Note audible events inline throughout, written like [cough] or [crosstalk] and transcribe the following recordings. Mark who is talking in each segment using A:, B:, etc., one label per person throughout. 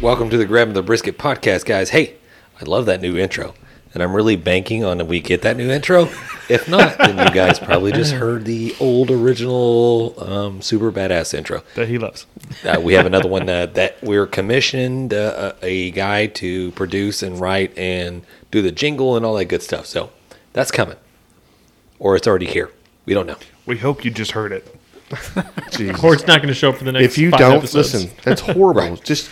A: Welcome to the Grabbing the Brisket podcast, guys. Hey, I love that new intro, and I'm really banking on that we get that new intro. If not, then you guys probably just heard the old original um, super badass intro.
B: that he loves.
A: Uh, we have another one uh, that we're commissioned uh, a a guy to produce and write and do the jingle and all that good stuff. So that's coming, or it's already here. We don't know.
B: We hope you just heard it.
C: Or it's not going to show up for the next.
D: If you
C: do
D: don't listen, that's horrible. Just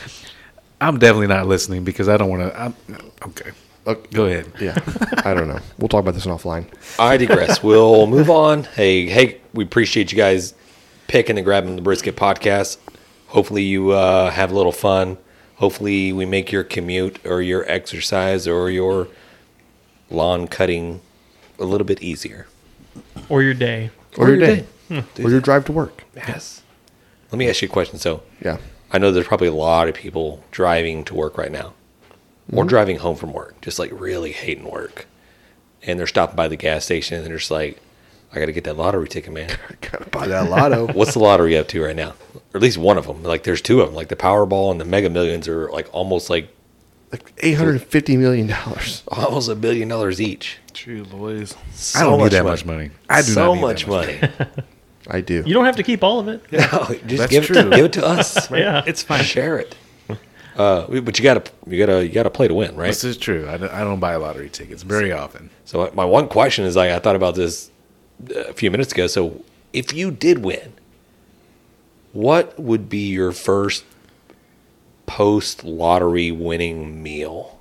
E: I'm definitely not listening because I don't want to. Okay. Oh,
D: Look.
E: Go ahead.
D: yeah, I don't know. We'll talk about this offline.
A: I digress. we'll move on. Hey, hey, we appreciate you guys picking and grabbing the brisket podcast. Hopefully, you uh, have a little fun. Hopefully, we make your commute or your exercise or your lawn cutting a little bit easier.
C: or your day,
D: Or, your day, Hmm. or your drive to work.
A: Yes. Let me ask you a question. So,
D: Yeah,
A: I know there's probably a lot of people driving to work right now or driving home from work, just like really hating work. And they're stopping by the gas station and they're just like, I got to get that lottery ticket, man.
D: gotta buy that lotto.
A: What's the lottery up to right now? Or at least one of them. Like there's two of them. Like the Powerball and the Mega Millions are like almost like
D: [laughs]
A: [laughs]
D: like eight hundred fifty million dollars.
A: almost a billion dollars each.
B: True, boys.
A: So
E: I don't need that much money. I do
A: so
E: not need that
A: much
E: much
A: money.
D: I do.
C: you don't have to keep all of it.
A: [laughs] No, just
E: That's
A: give it,
E: true.
A: to, give it to
E: [laughs]
A: us.
C: Yeah,
B: It's fine.
A: Share it. Uh, but you gotta you gotta you gotta play to win, right?
E: This is true. I don't, I don't buy lottery tickets very often.
A: So my one question is, like, I thought about this a few minutes ago. So if you did win, what would be your first post lottery winning meal?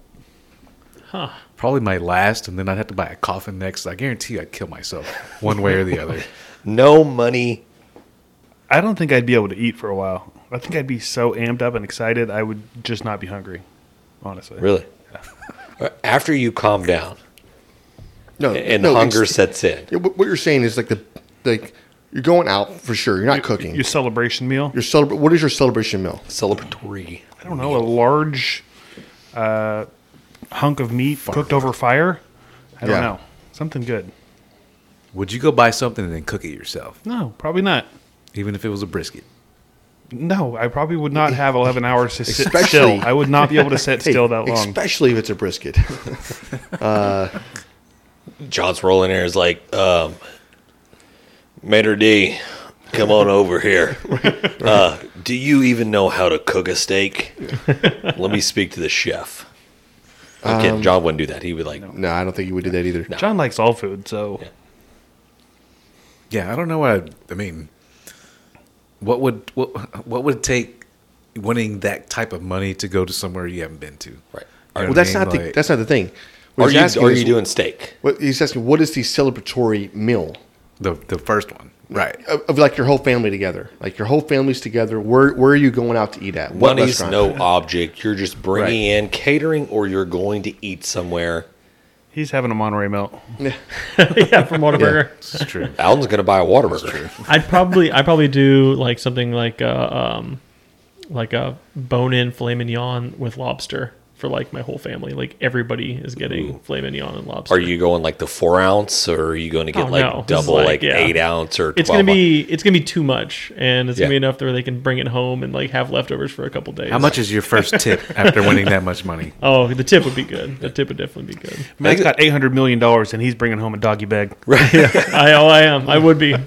E: Probably my last, and then I'd have to buy a coffin next. I guarantee you I'd kill myself [laughs] one way or the other.
A: No money.
B: I don't think I'd be able to eat for a while. I think I'd be so amped up and excited, I would just not be hungry.
A: [laughs]
B: Honestly,
A: Really? Uh, After you calm down
D: No,
A: and
D: no,
A: hunger
D: it's-
A: sets in.
D: Yeah, What what you're saying is like the like you're going out for sure. You're not cooking.
B: your
D: You're,
B: celebration meal.
D: celebra- What is your celebration meal?
A: Celebratory.
B: I don't know, a large uh, hunk of meat cooked over fire. I don't
D: Yeah.
B: know, something good.
E: Would you go buy something and then cook it yourself,
B: No, probably not.
E: even if it was a brisket?
B: No, I probably would not have 11 hours to sit
D: Especially-
B: still. I would not be able to sit
D: Hey,
B: still that long.
D: especially if it's a brisket. [laughs]
A: John's rolling there is like, um, Mater D, come on over
D: [laughs]
A: here. Uh, do you even know how to cook a steak? Let me speak to the chef. Again, John wouldn't do that. He would like,
D: Um, no, I don't think you would do that either.
B: John likes all food, so
E: Yeah, I don't know what I'd- I, mean. What would what what would it take winning that type of money to go to somewhere you haven't been to?
A: Right.
E: You know
D: Well,
E: what I
D: that's
E: mean?
D: not the
E: Like,
D: that's not the thing. What
A: are
D: he's
A: you
D: asking
A: are
D: is-
A: you doing steak?
D: What, he's asking, what is the celebratory meal
E: the the first one, right?
D: of, of like your whole family together? Like your whole family's together. Where where are you going out to eat at? What
A: Money's
D: restaurant?
A: no object. You're just bringing in catering, or you're going to eat somewhere.
B: he's having a Monterey melt.
D: [laughs]
C: yeah, from Whataburger.
E: It's true.
A: Alan's going to buy a Whataburger.
C: I'd probably I probably do like something like a um, like a bone-in filet mignon with lobster for like my whole family. Like everybody is getting filet mignon and lobster.
A: Are you going like the four ounce, or are you going to get
C: Oh,
A: like
C: no. This is
A: double,
C: like,
A: like,
C: yeah.
A: eight ounce, or 12
C: It's gonna
A: ounce?
C: be it's gonna be too much, and it's
A: Yeah.
C: gonna be enough where they can bring it home and like have leftovers for a couple days.
E: How much is your [laughs] first tip after winning that much money?
C: Oh, the tip would be good. The tip would definitely be good.
B: Man's got $800 million and he's bringing home a doggy bag.
C: I oh I am. I would be.
A: I,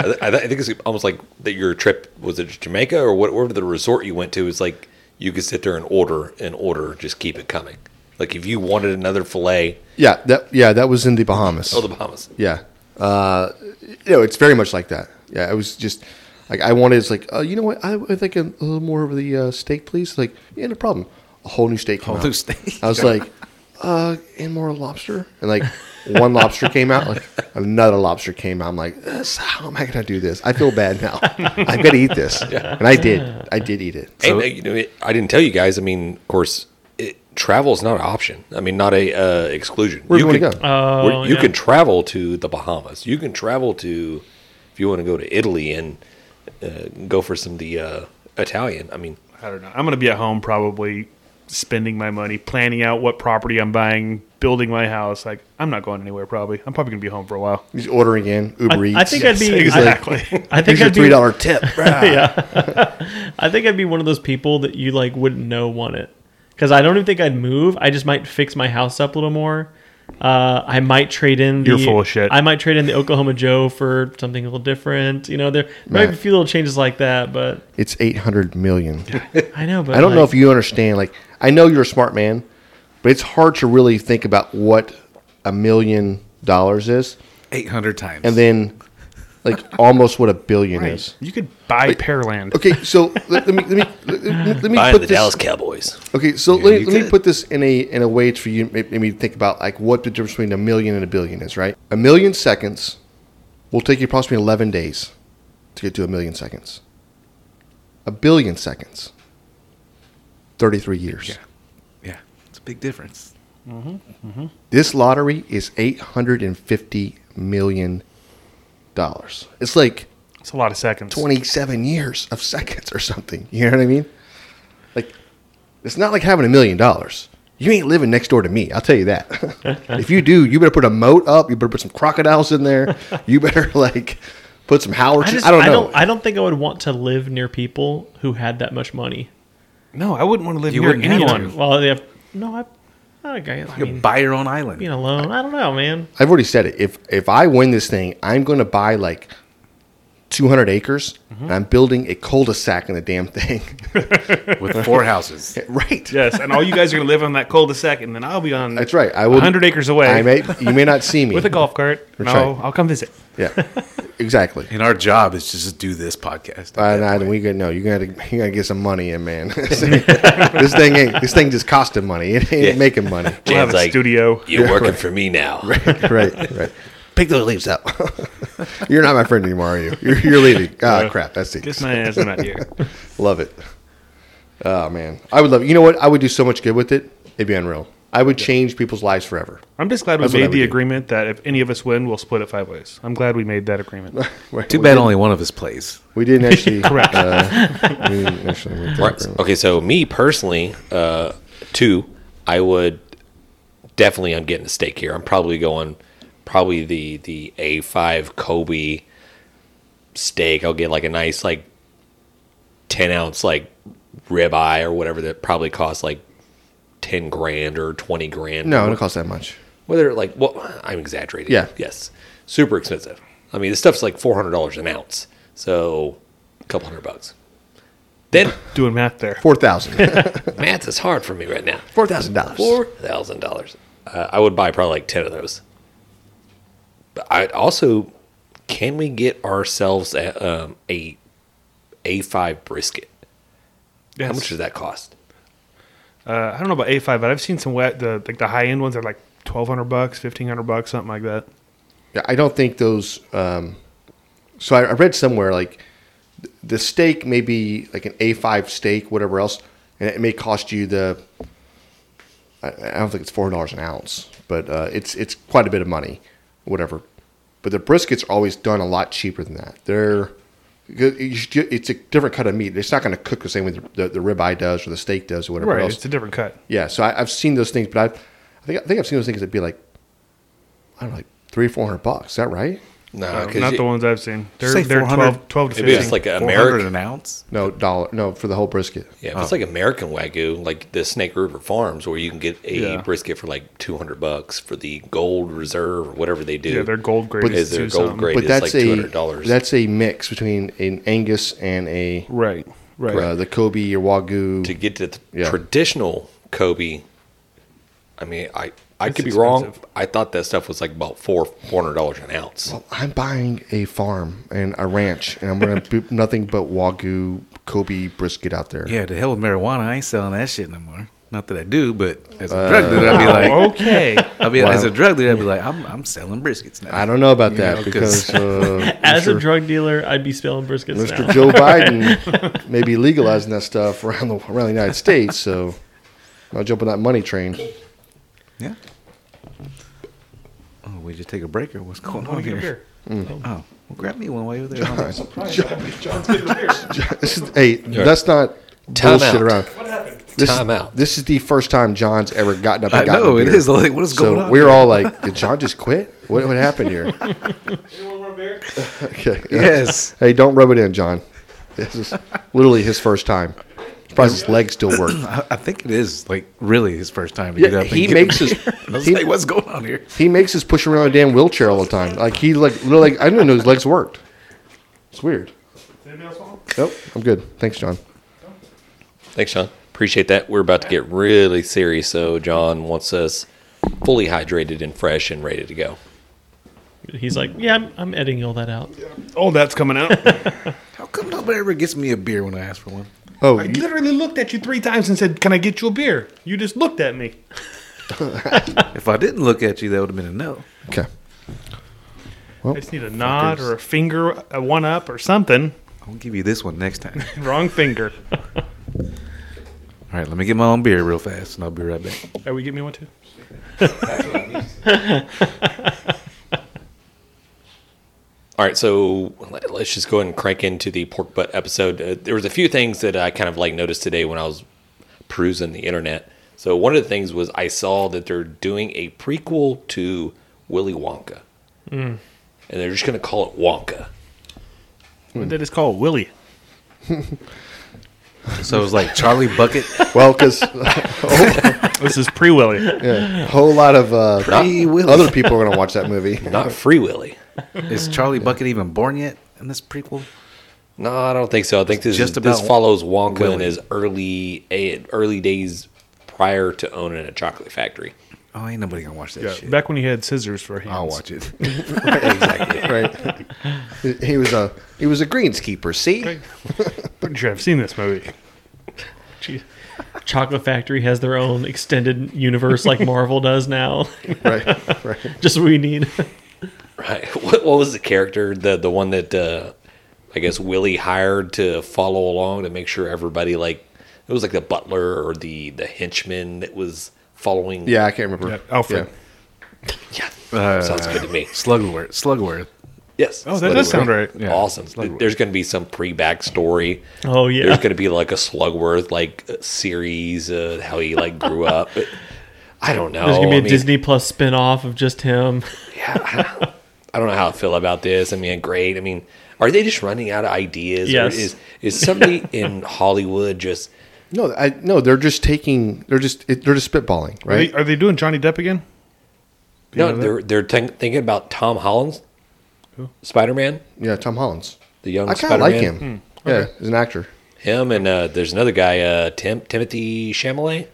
A: th- I th- I think it's almost like that. Your trip was it Jamaica or what? Whatever the resort you went to is like you could sit there and order and order, just keep it coming. Like if you wanted another fillet,
D: Yeah, that yeah, that was in the Bahamas.
A: oh the Bahamas.
D: Yeah. Uh, you know, it's very much like that. Yeah, it was just like I wanted. It's like, oh, you know what? I, I think a, little more of the uh, steak, please. Like, yeah, no problem. A whole new steak. Came
E: Whole
D: out.
E: new steak.
D: I was like, uh, and more lobster. And like, one lobster came out. Like another lobster came out. I'm like, this, how am I gonna do this? I feel bad now. I gotta eat this. And I did. I did eat it.
A: and, uh, you know, it, I didn't tell you guys. I mean, of course, it, travel is not an option. I mean, not a uh, exclusion.
D: Where do you
A: can,
D: wanna go?
C: Oh,
A: where- you
C: yeah.
A: can travel to the Bahamas. You can travel to if you want to go to Italy and uh, go for some of the uh, Italian. I mean,
B: I don't know. I'm going to be at home probably spending my money, planning out what property I'm buying, building my house, like I'm not going anywhere. Probably, I'm probably gonna be home for a while.
D: He's ordering in Uber
C: I,
D: Eats.
C: I think I'd
B: [laughs]
C: be
B: Yes,
C: exactly. I, think
D: Here's your
C: I'd
D: three
C: be.
D: dollar tip. bruh.
C: I think I'd be one of those people that you like wouldn't know want it because I don't even think I'd move. I just might fix my house up a little more. Uh, I might trade in. The,
B: You're full of shit.
C: I might trade in the Oklahoma Joe for something a little different. You know, there might be a
D: Matt.
C: few little changes like that, but
D: It's eight hundred million.
C: I know. But
D: I don't know
C: like,
D: if you understand. Like, I know you're a smart man, but it's hard to really think about what a million dollars is,
E: Eight hundred times.
D: and then like almost what a billion
B: Right.
D: is.
B: [laughs] You could buy Pearland.
D: Okay, so let, let me let me let, let me
A: Buying
D: put
A: the
D: this.
A: Dallas Cowboys.
D: Okay, so let, me-
E: you
D: let me
E: could.
D: put this in a in a way for you. Maybe maybe think about like what the difference between a million and a billion is. Right, a million seconds will take you approximately eleven days to get to a million seconds. A billion seconds, thirty-three years.
E: Yeah. yeah, it's a big difference.
D: This lottery is eight hundred and fifty million dollars. It's like
B: It's a lot of seconds.
D: twenty-seven years of seconds or something. You know what I mean? Like, it's not like having a million dollars. You ain't living next door to me. I'll tell you that. [laughs] if you do, you better put a moat up. You better put some crocodiles in there. You better [laughs] like put some Howard.
C: I,
D: I,
C: just,
D: don't know.
C: I don't. I don't think I would want to live near people who had that much money.
B: No, I wouldn't want to live
E: You
B: near
E: wouldn't have
B: anyone.
E: to.
C: Well, they have no. I, I guess, I
E: You
C: mean,
E: buy your own island.
C: being alone. I don't know, man.
D: I've already said it. If if I win this thing, I'm going to buy like 200 acres,
C: Mm-hmm.
D: and I'm building a cul-de-sac in the damn thing. [laughs]
E: with four houses.
D: right.
B: Yes, and all you guys are gonna live on that cul-de-sac, and then I'll be on.
D: That's right. I will.
B: 100 acres away.
D: I may. You may not see
B: [laughs]
D: me
B: with a golf cart. No,
D: That's right.
B: I'll come visit.
D: Yeah. Exactly.
E: And our job is just to do this podcast.
D: Uh, nah, we got no. You gotta, you gotta get some money in, man. [laughs] this thing ain't. This thing just costing money. It ain't
A: Yeah.
D: making money.
B: We'll have
A: Dan's
B: a studio.
A: You're working for me now.
D: [laughs] right, right. Pick those leaves up. [laughs] you're not my friend anymore, are you? You're,
B: [laughs]
D: you're leaving. Ah, crap. That's it.
B: Kiss my ass, I'm out
D: [laughs]
B: here.
D: Love it. Oh man, I would love. You know what? I would do so much good with it. It'd be unreal. I would change people's lives forever.
B: I'm just glad we
D: That's what I
B: made
D: would
B: the
D: do.
B: agreement that if any of us win, we'll split it five ways. I'm glad we made that
D: [laughs]
B: agreement.
E: Too bad only one of us plays.
B: [laughs]
D: We didn't actually.
B: Correct.
D: Uh, we didn't actually make that
A: Right.
D: agreement.
A: Okay, so me personally, uh, two, I would definitely. I'm getting a steak here. I'm probably going probably the the A5 Kobe steak. I'll get like a nice like ten ounce like ribeye or whatever that probably costs like ten grand or twenty grand.
D: No, it don't cost that much.
A: whether like well, I'm exaggerating.
D: Yeah.
A: Yes. Super expensive. I mean, this stuff's like four hundred dollars an ounce, so a couple hundred bucks. Then
B: Doing math there. [laughs]
D: Four thousand.
A: math is hard for me right now.
D: Four thousand dollars.
A: Four thousand dollars. Uh, I would buy probably like ten of those. But I also, can we get ourselves a um, a a five brisket?
B: Yes.
A: How much does that cost?
B: Uh, I don't know about A5, but I've seen some wet, the like the high end ones are like 1200 bucks, 1500 bucks, something like that.
D: Yeah, I don't think those. Um, so I, I read somewhere like th- the steak may be like an A5 steak, whatever else, and it may cost you the. I, I don't think it's four dollars an ounce, but uh, it's it's quite a bit of money, whatever. But the briskets are always done a lot cheaper than that. They're you should- it's a different cut of meat. It's not going to cook the same way the, the, the ribeye does or the steak does or whatever
B: Right.
D: else.
B: It's a different cut.
D: Yeah, so I, I've seen those things, but I've, I think I think I've seen those things that'd be like, I don't know, like three or four hundred bucks. Is that right?
A: No,
B: Uh, not the ones I've seen. They're,
E: Say
B: they're
E: 400.
B: 12, 12 to
A: Maybe it's
B: 15.
A: like an
E: 400
A: American.
E: an ounce.
D: No dollar. No for the whole brisket.
A: Yeah, if it's like American Wagyu, like the Snake River Farms, where you can get a
B: Yeah.
A: brisket for like two hundred bucks for the Gold Reserve or whatever they do.
B: yeah, they're gold grade.
A: is their gold grade? It
D: But
A: is
D: that's
A: like $200.
D: a that's a mix between an Angus and a
B: Right. Right.
D: uh, the Kobe or Wagyu.
A: to get to the
D: Yeah.
A: traditional Kobe. I mean, I I
B: It's
A: could be
B: expensive.
A: wrong. I thought that stuff was like about four four hundred dollars an ounce.
D: I'm buying a farm and a ranch, and I'm gonna put [laughs] nothing but Wagyu Kobe brisket out there.
E: Yeah, to hell with marijuana. I ain't selling that shit no more. Not that I do, but as
D: Uh,
E: a drug dealer, I'd be like,
B: okay.
E: I'll be as a drug dealer, I'd be like, I'm, I'm selling briskets now.
D: I don't know about that
E: know, 'cause-
D: because uh,
C: As
D: Mr.
C: a drug dealer, I'd be spilling briskets
D: Mr.
E: [laughs]
C: now.
D: Joe Biden may be legalizing that stuff around the around the United States, so I'll jump on that money train. [laughs]
E: Yeah. Oh, we just take a break or what's going on here? Oh, well, grab me one way over there.
D: hey, that's not
A: Time
D: bullshit
A: out.
D: around. This,
A: Time out.
D: This is the first time John's ever gotten up. And
E: I
D: gotten
E: know,
D: a
E: it
D: beer.
E: is. [laughs] Like, what is
D: so
E: going on
D: We're
E: here?
D: all like, did John just quit? What, what happened here? [laughs] okay.
E: Yes.
D: Hey, don't rub it in, John. This is literally his first time. Surprised his legs still work.
E: [clears throat] I, I think it is like really his first time to
D: Yeah,
E: get up.
D: he
E: and get [laughs]
D: makes
E: a
D: his-
E: beer. I was
D: he-
E: like, what's going on here?
D: He makes us push him around a damn wheelchair all the time. Like he like literally, like, I didn't know his legs worked. It's weird. Nope, I'm good. Thanks, John.
A: Thanks, Sean. Appreciate that. We're about to get really serious, so John wants us fully hydrated and fresh and ready to go.
C: He's like, yeah, I'm, I'm editing all that out.
B: All Oh, that's coming out.
E: How come nobody ever gets me a beer when I ask for one?
D: Oh,
B: I
D: you-
B: literally looked at [laughs] you three times and said, "Can I get you a beer?" You just looked at me.
E: If I didn't look at you, that would have been a no.
D: okay.
B: I just need a nod or a finger, a one up or something.
E: I'll give you this one next [laughs] time.
B: Wrong finger.
E: All right, let me get my own beer real fast, and I'll be right back.
B: Are we getting me one too?
A: All right, so let- let's just go ahead and crank into the pork butt episode. Uh, there was a few things that I kind of like noticed today when I was perusing the internet. So one of the things was I saw that they're doing a prequel to Willy Wonka, and they're just going to call it Wonka.
B: That is called Willie.
E: So it was like Charlie Bucket,
D: Well, [laughs] because
B: This is pre Willie.
D: yeah, a whole lot of uh,
E: Free Willy.
D: other people are going to watch that movie.
A: Not Free Willy.
E: Is Charlie Bucket even born yet in this prequel?
A: No, I don't think so. I think this
E: Just
A: is, this
E: about
A: follows Wonka in
E: Willy.
A: his early eh, early days prior to owning a chocolate factory.
E: Oh, ain't nobody gonna watch that shit.
B: Back when he had scissors for hands.
E: I'll watch it.
D: right? He- He was a he was a greenskeeper. See,
B: Pretty sure I've seen this movie.
C: Gee. Chocolate Factory has their own extended universe like Marvel does now. [laughs]
D: right, right.
C: Just what we need.
A: Right. [laughs] What, what was the character the the one that uh, I guess Willie hired to follow along to make sure everybody like it was like the butler or the the henchman that was following.
D: Yeah, I can't remember.
B: Yeah, Alfred.
D: Yeah.
A: yeah.
E: Uh,
A: Sounds good to me.
E: Slugworth. Slugworth.
A: Yes.
B: Oh, that does sound right.
E: Yeah.
A: awesome.
E: Slugworth.
A: There's going to be some pre backstory.
C: Oh, yeah.
A: There's going to be like a Slugworth like series, uh, how he like grew
C: [laughs]
A: up. I don't know.
C: There's gonna be
A: I
C: a
A: mean,
C: Disney Plus spin off of just him.
A: Yeah, I don't know how I feel about this. I mean, great. I mean, are they just running out of ideas?
C: Yes.
A: Or is is somebody in Hollywood just?
D: No, I no. They're just taking. They're just. It, they're just spitballing,
B: Are, they,
D: right?
B: are they doing Johnny Depp again?
A: no, they're they're think- thinking about Tom Holland's Spider Man,
D: yeah, Tom Holland's.
A: the young.
D: I kind
A: Spider Man.
D: of like him.
B: Hmm.
D: Yeah, he's an actor.
A: Him and uh, there's another guy, uh, Tim Timothy Chalamet.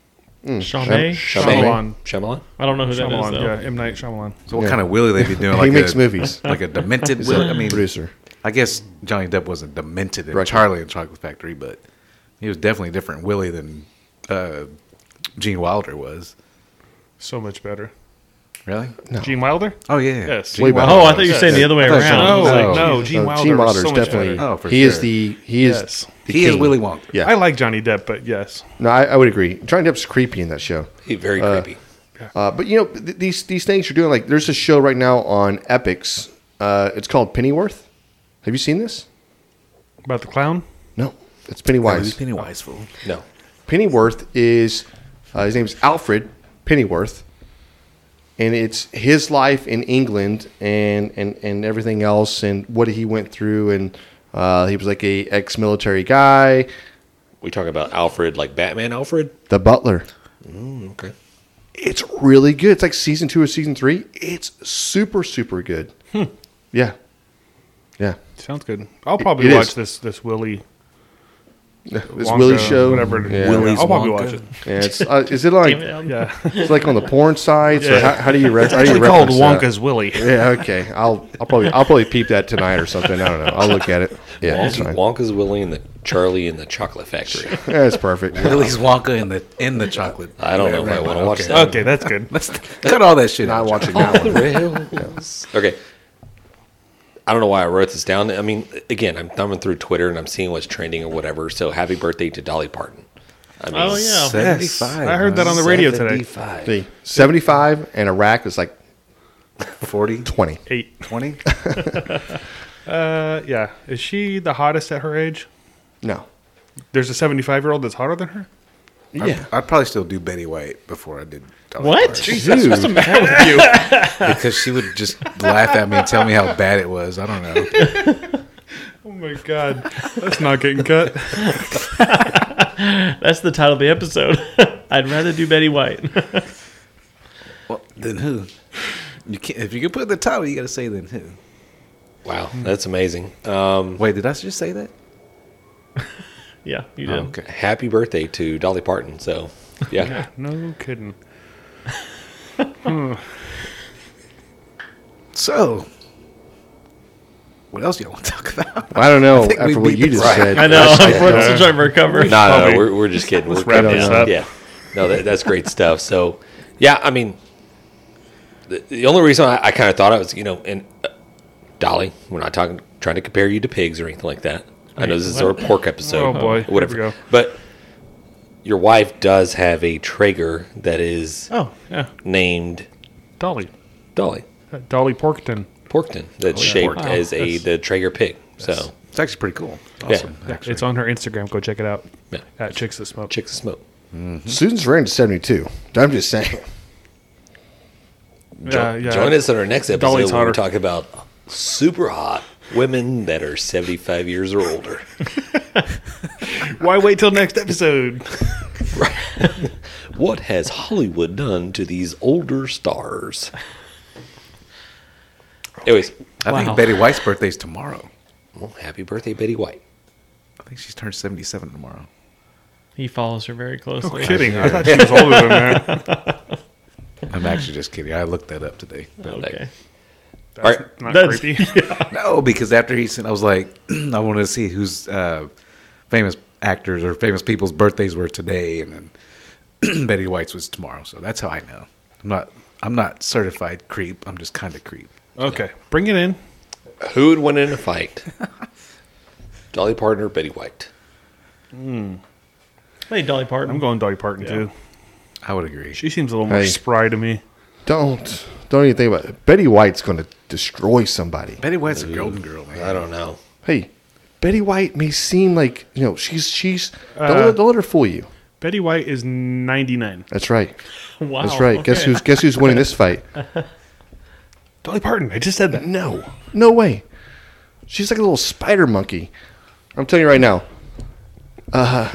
C: [laughs] Chalamet?
D: Chalamet.
B: Shyamalan.
A: Shyamalan.
C: I don't know who that is
B: Shyamalan,
C: though.
B: yeah, M Night Shyamalan.
E: So what kind of Willie they be doing?
D: He
E: Like
D: makes
E: a,
D: movies.
E: like a demented
D: He's
E: Willie.
D: a
E: I mean,
D: producer.
E: I guess Johnny Depp wasn't demented in
D: Right.
E: Charlie and Chocolate Factory, but he was definitely a different Willie than uh, Gene Wilder was.
B: So much better.
E: Really?
B: Gene Wilder?
E: Oh yeah.
B: Yes.
E: Gene
D: Way
E: Wilder.
D: better.
C: Oh, I thought you were saying the other way
E: I thought
C: around. I was
E: so. No.
C: like,
B: no,
E: yeah.
B: Gene
D: Uh,
B: Wilder.
D: Gene Wilder
B: was
D: is
B: so much
D: definitely.
B: better.
E: Oh, for
D: he is
E: sure.
D: the. He is.
B: Yes.
D: the
E: He is
D: king.
E: Willy Wonka.
D: Yeah.
B: I like Johnny Depp, but yes.
D: no, I, I would agree. Johnny Depp's creepy in that show.
A: He- Very creepy.
D: Uh, but you know th- these these things you're doing. Like there's a show right now on Epics. Uh, it's called Pennyworth. Have you seen this?
B: About the clown?
D: No, it's
E: Why?
D: Pennywise.
E: Pennywise fool.
A: No.
D: Pennyworth is uh, his name's Alfred Pennyworth, and it's his life in England and and and everything else and what he went through and uh, he was like a ex-military guy,
A: We talk about Alfred, like Batman Alfred.
D: the butler. Mm,
A: Okay.
D: It's really good. It's like season two or season three. It's super super good. Yeah, yeah.
B: Sounds good. I'll probably
D: it
B: watch
D: is.
B: this this Willie.
D: This
B: Wonka,
D: Willie show,
B: Whatever.
D: Yeah.
E: Willy's
B: I'll probably
E: Wonka.
B: watch it.
E: [laughs]
D: Yeah, it's, [laughs] uh, is it like
C: Damn it, Alan.
B: Yeah.
D: it's like on the porn side? So
B: Yeah.
D: how, how do you re- how do you
B: Actually called
D: reference that?
B: Wonka's Willie.
D: Yeah, okay. I'll I'll probably I'll probably peep that tonight or something. I don't know. I'll look at it. Yeah, it's fine.
A: Wonka's Willie and the Charlie and the Chocolate Factory.
D: Yeah, it's perfect.
E: Willie's Wonka in the in the chocolate.
A: I don't know if I
E: Never
A: wanna
E: mind.
A: watch
E: Okay.
A: that.
B: Okay, that's good.
E: [laughs] Let's cut all that shit.
D: Not
E: out.
D: watching that
E: [laughs]
D: one.
A: Okay. I don't know why I wrote this down. I mean, again, I'm thumbing through Twitter and I'm seeing what's trending or whatever. So happy birthday to Dolly Parton. I mean,
C: Oh yeah.
E: Seventy-five.
B: I heard that on the radio today.
A: 75.
D: The Seventy-five and Iraq is like
E: Forty.
D: twenty.
B: Eight.
E: Twenty.
B: Uh, yeah. Is she the hottest at her age?
D: No,
B: There's a 75 year old that's hotter than her.
D: [laughs] Yeah.
E: I'd, I'd probably still do Betty White before I did. Dolly
C: What?
E: Parton.
C: Jesus, what's the matter with you?
E: Because she would just laugh at me and tell me how bad it was. I don't know.
B: Oh my god, [laughs] that's not getting cut. [laughs]
C: That's the title of the episode. [laughs] I'd rather do Betty White. [laughs]
E: Well, then who? You can't. If you can put the title, you got to say then who.
A: Wow, that's amazing. Um,
E: Wait, did I just say that?
C: yeah, you did.
E: Oh, okay.
A: Happy birthday to Dolly Parton. So, yeah,
B: No kidding.
E: So, what else do you want to [laughs] talk about?
D: I don't know
E: think we
D: after what
E: beat
D: you
E: the
D: just
E: prize.
D: said.
C: I know.
D: I
C: We're
D: don't-
C: still trying to recover.
A: no, no,
B: Bobby.
A: no we're, we're
B: [laughs]
A: just kidding. We're
B: wrap
A: kidding.
D: this
A: Yeah.
B: up.
A: Yeah, no, that, that's great stuff. So, yeah, I mean, the, the only reason I, I kind of thought I was, you know, and uh, Dolly, we're not talking trying to compare you to pigs or anything like that. I know this is our pork episode.
B: Oh, boy. Here
A: whatever.
B: we go.
A: But your wife does have a Traeger that is
B: Oh yeah,
A: named
B: Dolly,
A: Dolly
B: Dolly Porkington.
A: Porkton. That's shaped
C: Porkton.
A: as a
B: Oh, That's-
A: the Traeger pig. So,
E: It's actually pretty cool.
A: Yeah.
E: Awesome.
B: Yeah,
E: actually.
B: it's on her Instagram. Go check it out.
A: yeah,
B: At chicks that smoke.
A: chicks smoke.
D: Susan's range is 72. I'm just saying.
B: Yeah, yeah.
A: Join us on our next episode
B: Dolly's
A: when we're
B: hotter.
A: talking about super hot women that are 75 years or older.
B: Why wait till
A: [laughs]
B: next episode?
A: what has Hollywood done to these older stars? Anyways,
E: I
C: Wow.
E: think Betty White's birthday is tomorrow.
A: well, happy birthday, Betty White.
E: I think she's turned 77 tomorrow.
C: [laughs] He follows her very closely.
B: kidding. I thought she was older than [laughs] that.
E: I'm actually just kidding. I looked that up today.
C: Okay.
A: All right.
B: Not
C: That's- [laughs]
B: creepy.
E: [laughs] No, because after he sent, I was like, [clears throat] I wanted to see whose uh, famous actors or famous people's birthdays were today, and then [clears throat] Betty White's was tomorrow. So that's how I know. I'm not. I'm not certified creep. I'm just kind of creep.
B: Okay, bring it in.
A: Who would win in a fight? [laughs] Dolly Parton or Betty White?
C: I think Dolly Parton.
B: I'm going Dolly Parton too.
E: I would agree.
B: She seems a little more
D: Hey.
B: spry to me.
D: Don't don't even think about it. Betty White's going to destroy somebody.
E: Betty White's a golden girl, man.
A: I don't know.
D: Hey, Betty White may seem like you know she's she's
B: Uh.
D: don't, let, don't let her fool you.
B: Betty White is 99.
D: That's right.
C: Wow.
B: Oh,
D: That's right. Guess
C: okay.
D: who's guess who's winning this fight?
B: [laughs] Dolly Parton. I just said that.
D: No, no way. She's like a little spider monkey. I'm telling you right now.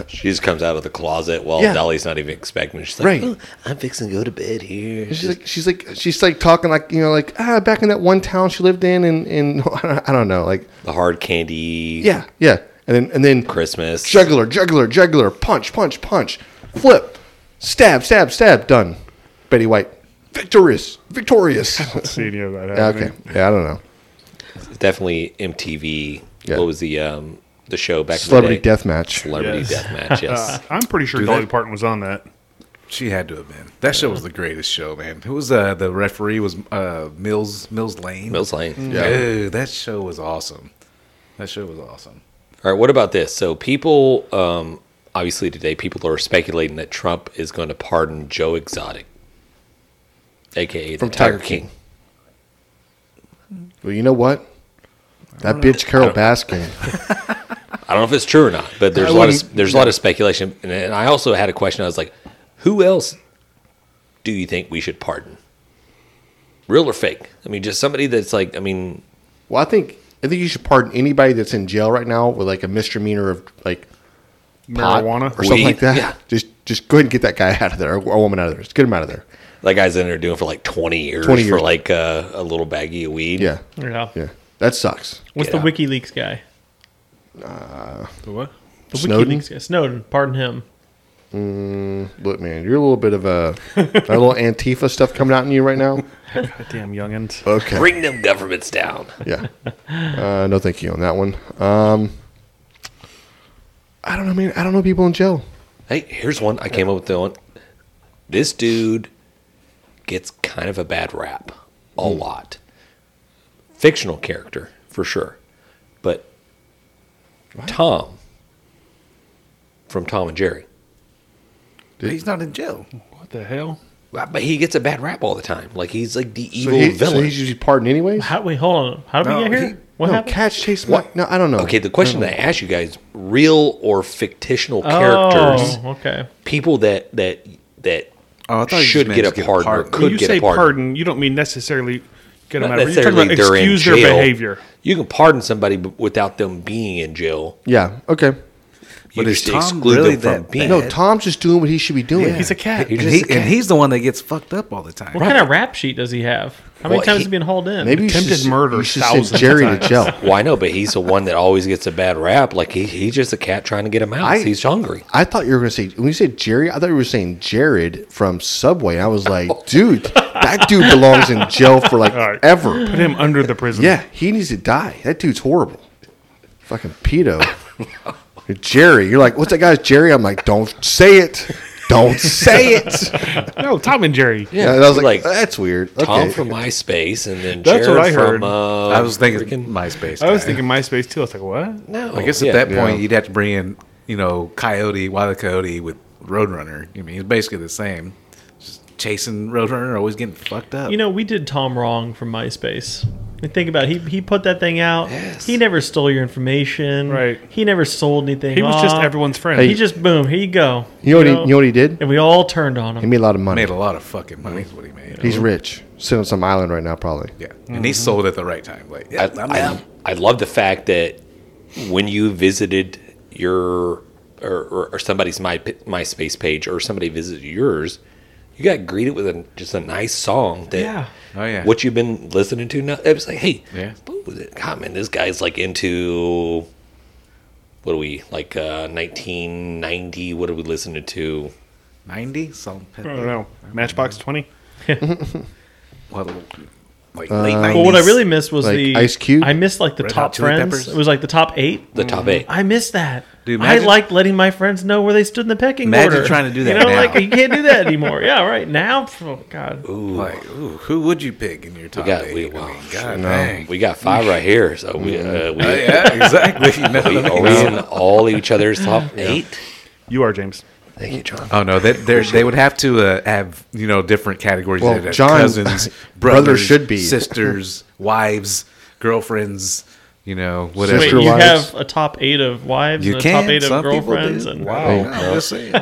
A: She just comes out of the closet while
D: Yeah.
A: Dolly's not even expecting. She's like,
D: Right.
A: "Oh, I'm fixing to go to bed here.
D: She's like she's like she's like talking like you know like ah back in that one town she lived in [laughs] and and I don't know like
A: the hard candy,
D: yeah yeah and then and then
A: Christmas.
D: juggler juggler juggler punch punch punch flip stab stab stab done Betty White victorious victorious
A: [laughs]
D: [laughs]
B: See any of that
D: okay
B: happening.
D: yeah I don't know
A: definitely MTV.
D: Yeah.
A: What was the um the show back?
D: celebrity
A: in the day?
D: death match
A: Celebrity
B: Yes.
A: Deathmatch. Yes.
B: [laughs] Uh, I'm pretty sure
E: Do
B: Dolly
E: that.
B: Parton was on that.
E: She had to have been. That show was the greatest show, man. Who was uh, the referee? Was uh, Mills Mills Lane?
A: Mills Lane.
E: Yeah.
D: Yeah.
E: Dude, that show was awesome. That show was awesome.
A: All right. What about this? So people, um, obviously today, people are speculating that Trump is going to pardon Joe Exotic, aka the
D: From
A: Tiger
D: Tiger
A: King.
D: well you know what that bitch Carol Baskin
A: I don't know if it's true or not, but there's a lot of there's a lot of speculation, and, and I also had a question. I was like, who else do you think we should pardon? Real or fake? I mean, just somebody that's like, I mean,
D: Well, I think I think you should pardon anybody that's in jail right now with like a misdemeanor of like pot
B: Marijuana.
D: or something
A: Weed,
D: like that.
A: yeah.
D: Just just go ahead and get that guy out of there or a woman out of there. Just get him out of there.
A: that guy's in there doing for like 20 years,
D: 20 years.
A: for like uh, a little baggie of weed.
D: Yeah,
C: Yeah.
D: yeah. That sucks.
C: What's
A: Get
C: the
A: out.
C: WikiLeaks guy?
B: What?
C: The
D: Snowden?
C: WikiLeaks guy. Snowden. Pardon him.
D: Look, man, you're a little bit of a that little Antifa stuff coming out in you
A: [laughs]
D: right now.
B: Goddamn youngins.
D: Okay.
A: Bring them governments down.
D: Yeah. Uh, no, thank you on that one. Um, I don't know, man. I don't know people in jail.
A: Hey, here's one. I came up with the one. This dude gets kind of a bad rap a
E: Hmm.
A: lot. Fictional character, for sure. But Tom from Tom and Jerry.
E: He's not in jail.
B: What the hell?
A: But he gets a bad rap all the time. Like he's like the
D: So,
A: evil
D: he, so
A: villain.
D: he's usually pardoned anyways.
C: How, wait, hold on. How did
E: No,
C: we get
E: he,
C: here? What
D: no,
C: happened?
D: cats chase what? No, I don't know.
A: Okay, the question that I asked you guys: real or fictional characters,
C: Oh, okay.
A: people that that that
E: Oh, I thought you just
A: should
E: meant
A: get a
E: just get a
A: pardon, or
E: pardon.
A: could
B: When you
A: get
B: say
A: a pardon.
B: pardon, you don't mean necessarily get them
A: Not
B: out. of- You're talking about
A: necessarily they're in
B: excuse their
A: jail.
B: behavior.
A: You can pardon somebody b- without them being in jail.
D: Yeah. Okay.
A: You
E: But is
A: just
E: Tom
A: exclude
E: really
A: them from
E: that
A: being.
D: No,
E: Ed.
D: Tom's just doing what he should be doing.
B: He's a cat.
E: And,
A: just
E: he,
A: a cat.
E: and he's the one that gets fucked up all the time.
C: What kind of rap sheet does he have? How many
A: Well,
C: times
A: he-
C: has he been hauled in?
D: Maybe you should,
B: Attempted
D: s-
B: murder
D: you should send
B: thousands of
D: Jerry to
B: times. [laughs]
D: jail.
A: Well, I know, but he's the one that always gets a bad rap. Like he, he's just a cat trying to get him out.
D: I-
A: he's hungry.
D: I thought you were going to say, when you said Jerry, I thought you were saying Jared from Subway. I was like, dude, that dude belongs in jail for like
B: All right.
D: ever.
B: Put him under the prison.
D: Yeah, he needs to die. That dude's horrible. Fucking pedo. Jerry, you're like, what's that guy's Jerry? I'm like, don't say it. Don't say it.
B: No, Tom and Jerry.
D: Yeah, and I was
A: you're
D: like,
A: like,
D: that's weird.
A: Tom
D: Okay.
A: from MySpace, and then
B: That's
A: Jared
B: what I
A: from.
B: heard.
A: Uh,
E: I was thinking
A: freaking-
E: MySpace.
B: I was
E: guy.
B: thinking MySpace too. I was like, what?
A: no,
E: I guess
A: yeah.
E: at that point
D: Yeah.
E: you'd have to bring in, you know, Coyote, Wile E. Coyote with Roadrunner. I mean, it's basically the same. Just chasing Roadrunner, always getting fucked up.
C: You know, we did Tom wrong from MySpace. I mean, think about it. he he put that thing out.
A: Yes.
C: He never stole your information.
B: Right.
C: He never sold anything.
B: He was just
C: off.
B: everyone's friend.
C: He just boom. Here you go.
D: You know, what he, you know what he did?
C: And we all turned on him.
D: He made a lot of
E: he
D: money.
E: made a lot of fucking money. Is what he made.
D: He's rich. Sitting on some island right now, probably.
E: yeah, and
C: Mm-hmm.
E: he sold at the right time. Like, yeah, I'm
A: I,
E: down.
A: I, I love the fact that when you visited your or, or, or somebody's my MySpace page or somebody visited yours, you got greeted with a, just a nice song that
C: Yeah.
E: Oh, yeah.
A: what you've been listening to now. It was like, hey,
E: Yeah.
A: what was it? God, man, this guy's like into what are we like uh, 1990? What are we listening to?
E: ninety salt and pepper.
B: I don't know. Matchbox Twenty.
E: Well, like late 90s.
C: Well, what I really missed was
D: Like
C: the
D: Ice Cube?
C: I missed like the
E: Red Hot
C: top
E: Chili
C: friends.
E: Peppers?
C: It was like the top eight.
A: The top
E: Mm-hmm.
A: eight.
C: I missed that.
E: Dude,
C: I
E: imagine-
C: liked letting my friends know where they stood in the pecking
E: Imagine
C: order.
E: trying to do that
C: You know,
E: now.
C: like you can't do
E: [laughs]
C: that anymore. yeah, right now, oh, God.
E: like, ooh, who would you pick in your top
A: got-
E: eight?
A: we-
E: I mean,
A: well,
E: God dang.
A: We got five right here, so we uh, we.
E: Oh, yeah, exactly. You know Oh,
A: We
E: what [laughs] I
A: own
E: mean?
A: all each other's top eight.
B: You are James.
A: Thank you, John.
E: Oh no, that they're- they would have to uh, have you know different categories.
D: Well,
E: They'd have
D: John-
E: cousins, brothers,
D: brother should be.
E: sisters, wives, girlfriends. You know, whatever.
C: Wait,
D: Sister
C: you
D: wives.
C: have a top eight of wives
E: You
C: and a
E: can.
C: top eight of
E: Some people
C: girlfriends,
E: do.
C: and
E: wow, I'm just saying.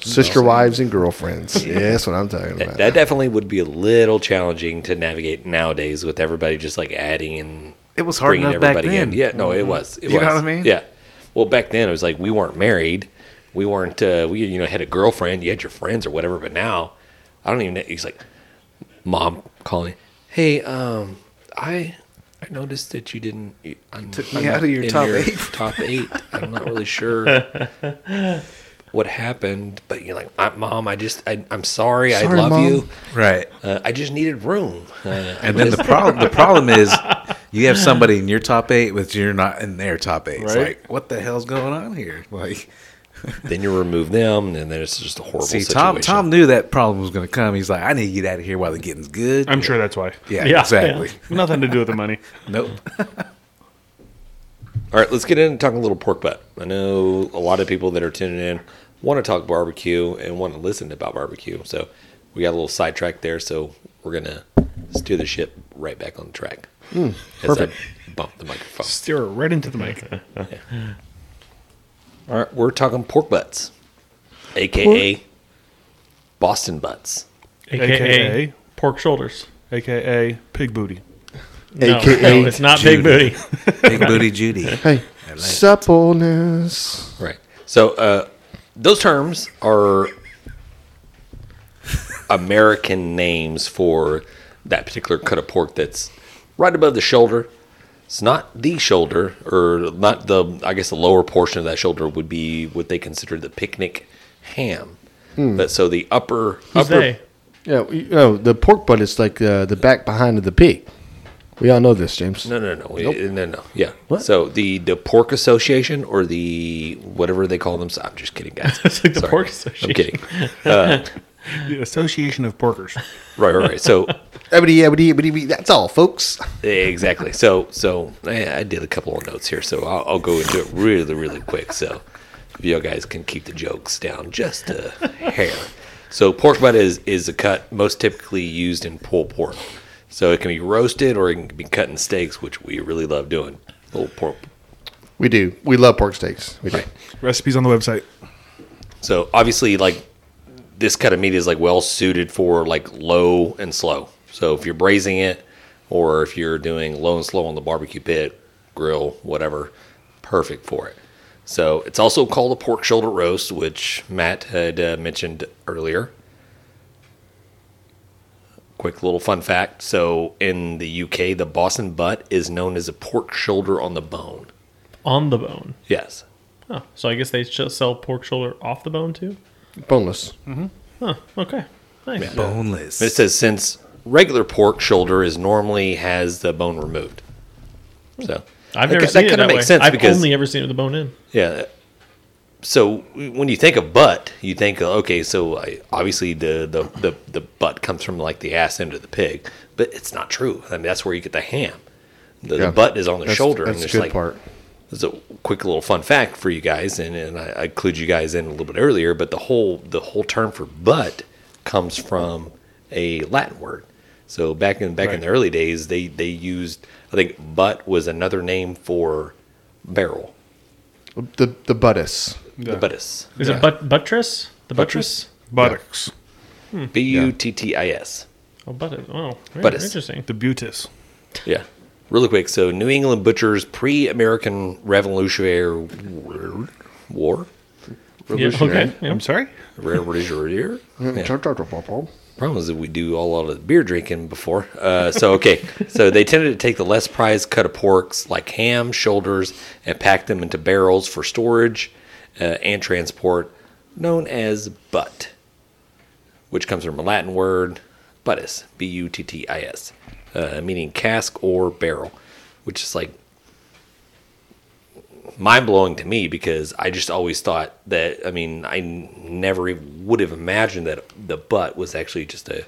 D: Sister wives and girlfriends. [laughs] yeah, that's what I'm talking about.
A: That definitely would be a little challenging to navigate nowadays with everybody just like adding and
E: It was hard
A: bringing
E: enough back
A: everybody in.
E: then. Mm-hmm.
A: Yeah, no, it was. It
E: You know
A: was.
E: what I mean?
A: Yeah. Well, back then it was like we weren't married, we weren't. Uh, we you know had a girlfriend, you had your friends or whatever. But now, I don't even. know. He's like, mom calling. Hey, um, I I noticed that you didn't. You I'm, took
E: me out of your top eight."
A: Top eight. I'm not
E: [laughs]
A: really sure. What happened? But you're like, I, mom. I just, I, I'm sorry. I
D: Sorry,
A: love
D: Mom."
A: you.
E: Right,
A: Uh, I just needed room. Uh,
E: and then the problem the problem is you have somebody in your top eight, but you're not in their top eight. It's
B: Right.
E: like what the hell's going on here? Like,
A: then you remove them, and then it's just a horrible
E: see,
A: situation.
E: Tom Tom knew that problem was going to come. He's like, I need to get out of here while the getting's good.
B: I'm sure that's why.
E: Yeah,
C: Yeah.
E: exactly.
B: Nothing to do with the [laughs] money.
E: Nope.
A: All right, let's get in and talk a little pork butt. I know a lot of people that are tuning in want to talk barbecue and want to listen about barbecue. So we got a little sidetrack there. So we're gonna steer the ship right back on track.
E: Hmm,
A: as I bump the microphone.
B: Steer her right into the mic. [laughs]
A: All right, we're talking pork butts, aka Boston butts.
C: AKA,
B: AKA.
C: pork shoulders.
B: AKA Pig Booty.
C: No,
D: AKA
C: [laughs] no, it's not big booty. [laughs]
E: Big
A: [laughs]
E: booty Judy.
D: hey, suppleness.
A: Right. So uh, those terms are American names for that particular cut of pork that's right above the shoulder. It's not the shoulder, or not the. I guess the lower portion of that shoulder would be what they consider the picnic ham. But so the upper
C: Hmm. Who's
A: upper
C: they?
D: Yeah, we- you know, the pork butt is like uh, the back behind of the pig. We all know this, James.
A: No, no, no, no, no. Yeah. So the the pork association or the whatever they call themselves. I'm just kidding, guys.
C: [laughs] It's like the
A: Sorry.
C: pork association.
A: I'm kidding.
B: The Association of Porkers.
A: Right, right, right.
C: [laughs]
A: So
D: Ebony, ebony, ebony, ebony. That's all, folks.
A: Exactly. So, so I, I did a couple of notes here, so I'll, I'll go into it really, really quick. So, if you guys can keep the jokes down just a hair. So, pork butt is is a cut most typically used in pulled pork. So it can be roasted or it can be cut in steaks, which we really love doing. Little pork.
D: We do. We love pork steaks. We do.
B: Recipes on the website.
A: So obviously, like this cut of meat is like well suited for like low and slow. So if you're braising it, or if you're doing low and slow on the barbecue pit, grill, whatever, perfect for it. So it's also called a pork shoulder roast, which Matt had uh, mentioned earlier. Quick little fun fact. So in the UK, the Boston butt is known as a pork shoulder on the bone.
C: on the bone.
A: Yes.
C: Oh, so I guess they just sell pork shoulder off the bone too.
D: Boneless.
C: Huh. Okay. Nice.
E: Boneless.
A: It says since regular pork shoulder is normally has the bone removed. So
C: I've
A: that ki-
C: never seen
A: that
C: it
A: kinda
C: that way.
A: makes sense
C: I've
A: because
C: only ever seen it with the bone in.
A: yeah. So when you think of butt, you think okay. So I, obviously the, the the the butt comes from like the ass end of the pig, but it's not true. I mean that's where you get the ham. The,
D: Yeah.
A: the butt is on the
D: That's-
A: shoulder.
D: That's the
A: there's,
D: good
A: like,
D: part.
A: this is a quick little fun fact for you guys, and, and I, I clued you guys in a little bit earlier, but the whole the whole term for butt comes from a Latin word. So back in back in the early days, they they used I think butt was another name for barrel,
D: The the buttis.
A: the buttis,
C: Is it but- buttress? The buttress?
B: Buttocks.
A: B U T T I S.
C: Oh, but it. Oh, very
A: Buttress.
C: interesting.
B: The butis.
A: Yeah. Really quick. So, New England butchers pre American Revolutionary War. War?
C: Yeah, okay. yeah.
B: I'm sorry.
A: Revolutionary? Yeah.
D: Revolutionary.
A: problem is that we do a lot of beer drinking before. Uh, so okay, so they tended to take the less prized cut of porks like ham, shoulders, and pack them into barrels for storage uh, and transport, known as butt, which comes from a Latin word, buttis, b-u-t-t-i-s, uh, meaning cask or barrel, which is like mind blowing to me because I just always thought that I mean I n- never even would have imagined that the butt was actually just a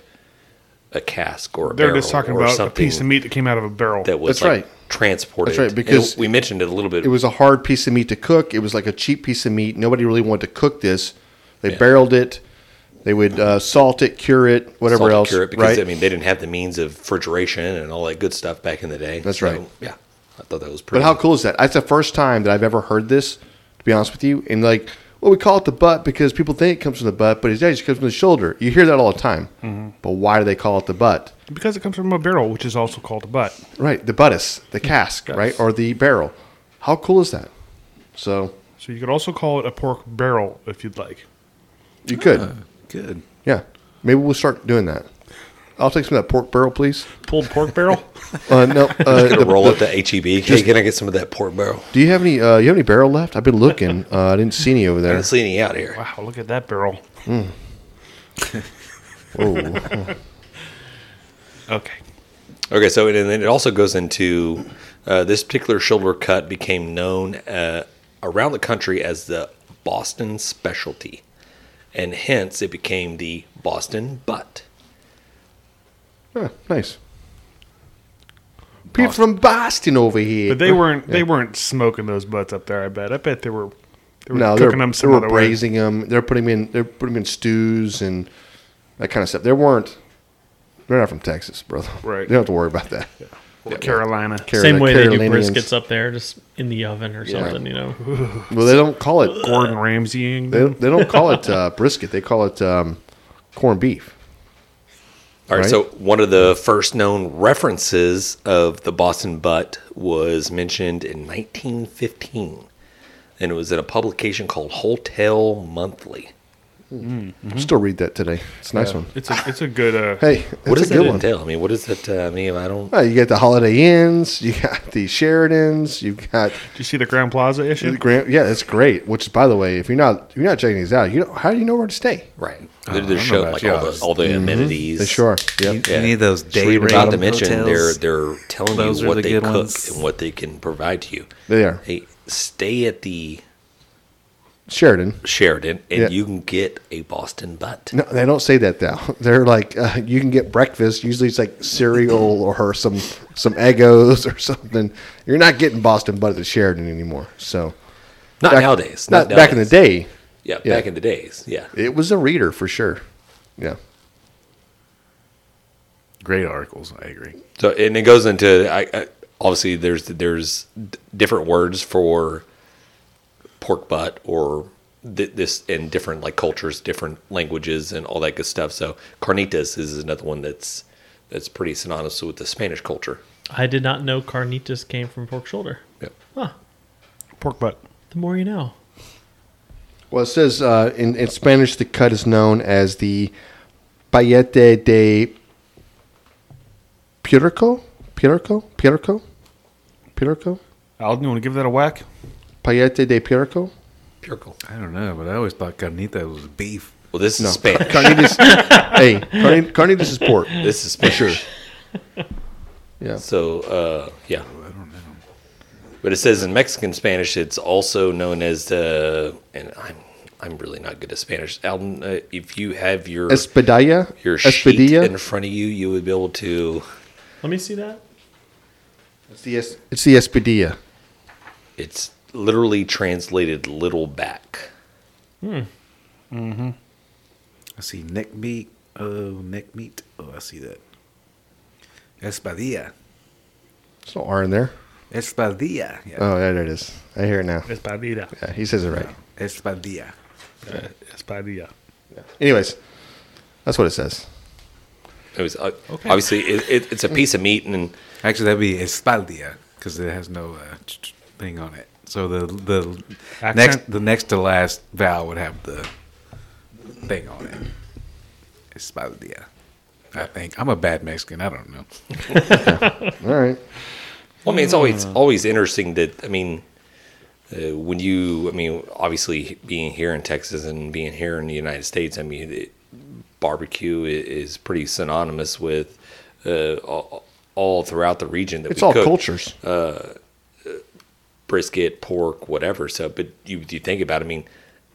A: a cask or a
B: They're
A: barrel
B: just talking
A: or
B: about a
A: something
B: piece of meat that came out of a barrel.
A: that was
D: That's
A: like
D: right.
A: transported.
D: That's right,
A: And
D: because
A: we mentioned it a little bit.
D: It was a hard piece of meat to cook. It was like a cheap piece of meat. Nobody really wanted to cook this. They barreled it. They would uh, salt it, cure it,
A: salt
D: whatever
A: to
D: else.
A: cure it because
D: right?
A: I mean they didn't have the means of refrigeration and all that good stuff back in the day.
D: That's right.
A: Yeah, I thought that was pretty.
D: But how cool is that? That's the first time that I've ever heard this, to be honest with you. And like, well, we call it the butt because people think it comes from the butt, but it's actually comes from the shoulder. You hear that all the time.
B: Mm-hmm.
D: But why do they call it the butt?
B: because it comes from a barrel, which is also called a butt.
D: Right, the buttis, the cask,
B: Yes.
D: right, or the barrel. How cool is that? So
B: So you could also call it a pork barrel if you'd like.
D: you could,
E: Good.
D: yeah. Maybe we'll start doing that. I'll take some of that pork barrel, please.
B: Pulled pork
D: [laughs]
B: barrel.
D: Uh, no,
B: [laughs]
D: uh,
A: Gonna
D: the-
A: roll
D: the-
A: up to HEB. Hey, can I get some of that pork barrel?
D: do you have any? Uh, you have any barrel left? I've been looking. Uh, I didn't see any over
A: I
D: there.
A: didn't see any out here.
B: wow, look at that barrel.
A: Hmm.
B: [laughs]
D: Oh,
B: Okay.
A: Okay, so and then it also goes into uh, this particular shoulder cut became known uh, around the country as the Boston specialty, and hence it became the Boston butt.
D: Huh, nice. People from Boston over here.
B: But they weren't they weren't smoking those butts up there. I bet. I bet they were. They were
D: no, they're,
B: cooking them
D: they
B: some
D: were
B: other way.
D: braising them. They're putting 'em in. They're putting 'em in stews and that kind of stuff. They weren't. They're not from Texas, brother. [laughs]
B: Right.
D: You don't have to worry about that.
B: Or Carolina.
D: Car-
C: Same way they do
D: Carolinians.
C: briskets up there, just in the oven or something, you know.
D: Well, they don't call
C: [laughs]
D: it.
B: Gordon Ramsay.
D: They don't, they don't call it uh, brisket. They call it um, corned beef.
A: All right,
D: Right.
A: So one of the first known references of the Boston butt was mentioned in 1915, and it was in a publication called Hotel Monthly.
B: Mm-hmm.
D: Still read that today. It's a nice one.
B: It's a it's a good uh,
D: Hey, that's
A: What does
D: a
A: that
D: good one.
A: entail? I mean, what does that? Uh, I mean, I don't.
D: Well, you got the Holiday Inns. You got the Sheridans.
B: [laughs]
D: You've got
B: Did you see the Grand Plaza
D: the
B: issue?
D: Grand. Yeah, that's great. Which, by the way, if you're not if you're not checking these out, you don't, how do you know where to stay?
A: Right. They're,
E: Oh, I
A: they're
E: don't know
A: showing
E: about
A: like
E: you.
A: all the all the amenities.
D: Mm-hmm. They sure. are. Yep.
E: Any of those day
A: Read
E: rate
A: about the mention. They're
E: hotels?
A: they're telling
E: Those
A: you
E: are
A: what
E: the
A: they
E: good
A: cook
E: ones.
A: and what they can provide to you.
D: They are.
A: Hey, stay at the
D: Sheridan.
A: Sheridan and
D: Yeah.
A: you can get a Boston butt.
D: No, they don't say that now. [laughs] They're like, uh, you can get breakfast. Usually, it's like [laughs] cereal or some some Eggos or [laughs] something. You're not getting Boston butt at the Sheridan anymore. So
A: Not
D: back-
A: nowadays.
D: not, back in the
A: nowadays.
D: day.
A: Yeah,
D: yeah.
A: back in the days. Yeah.
D: It was a reader for sure. Yeah,
E: Great articles. I agree.
A: So and it goes into I, I obviously there's there's d- different words for pork butt or th- this in different like cultures, different languages, and all that good stuff. So carnitas is another one that's that's pretty synonymous with the Spanish culture.
C: I did not know carnitas came from pork shoulder.
A: Yep.
C: Huh.
B: Pork butt.
C: The more you know.
D: Well, it says uh, in, in Spanish, the cut is known as the Payete de Pirico? Pirico? Pirico? Pirico?
B: Alden, you want to give that a whack?
D: Payete de Pirico?
A: Pure culture.
E: I don't know, but I always thought carnita was beef.
A: Well, this is
D: No.
A: Spanish.
D: [laughs] Carnitas. hey, carni- carnitas is pork.
A: this is Spanish.
D: Yeah.
A: So uh, yeah. But it says in Mexican Spanish, it's also known as the. And I'm I'm really not good at Spanish. Alden, uh, if you have your
D: Espadilla?
A: your sheet in
D: Espadilla?
A: front of you, you would be able to.
C: Let me see that.
D: It's the, es- it's the Espadilla.
A: It's literally translated "little back."
E: I see neck meat. Oh, neck meat. Oh, I see that. Espadilla.
D: There's no R in there.
E: Espadilla. Yeah.
D: Oh, there it is. I hear it now.
B: Espadilla.
D: Yeah, he says it right.
E: Espadilla.
B: Espadilla.
D: Anyways, that's what it says.
A: It was uh, obviously it, it, it's a piece of meat, and
E: Actually, that'd be espaldia because it has no uh, ch- ch- thing on it. So the the
B: Accent?
E: next the next to last vowel would have the thing on it. Espaldia. I think I'm a bad Mexican. I don't know.
D: All right.
A: Well, I mean, it's always always interesting that I mean, uh, when you I mean, obviously being here in Texas and being here in the United States, I mean, it, barbecue i- is pretty synonymous with uh, all, all throughout the region that
D: It's
A: we
D: all
A: cook,
D: cultures.
A: Uh, brisket, pork, whatever. So, but you you think about, it, I mean,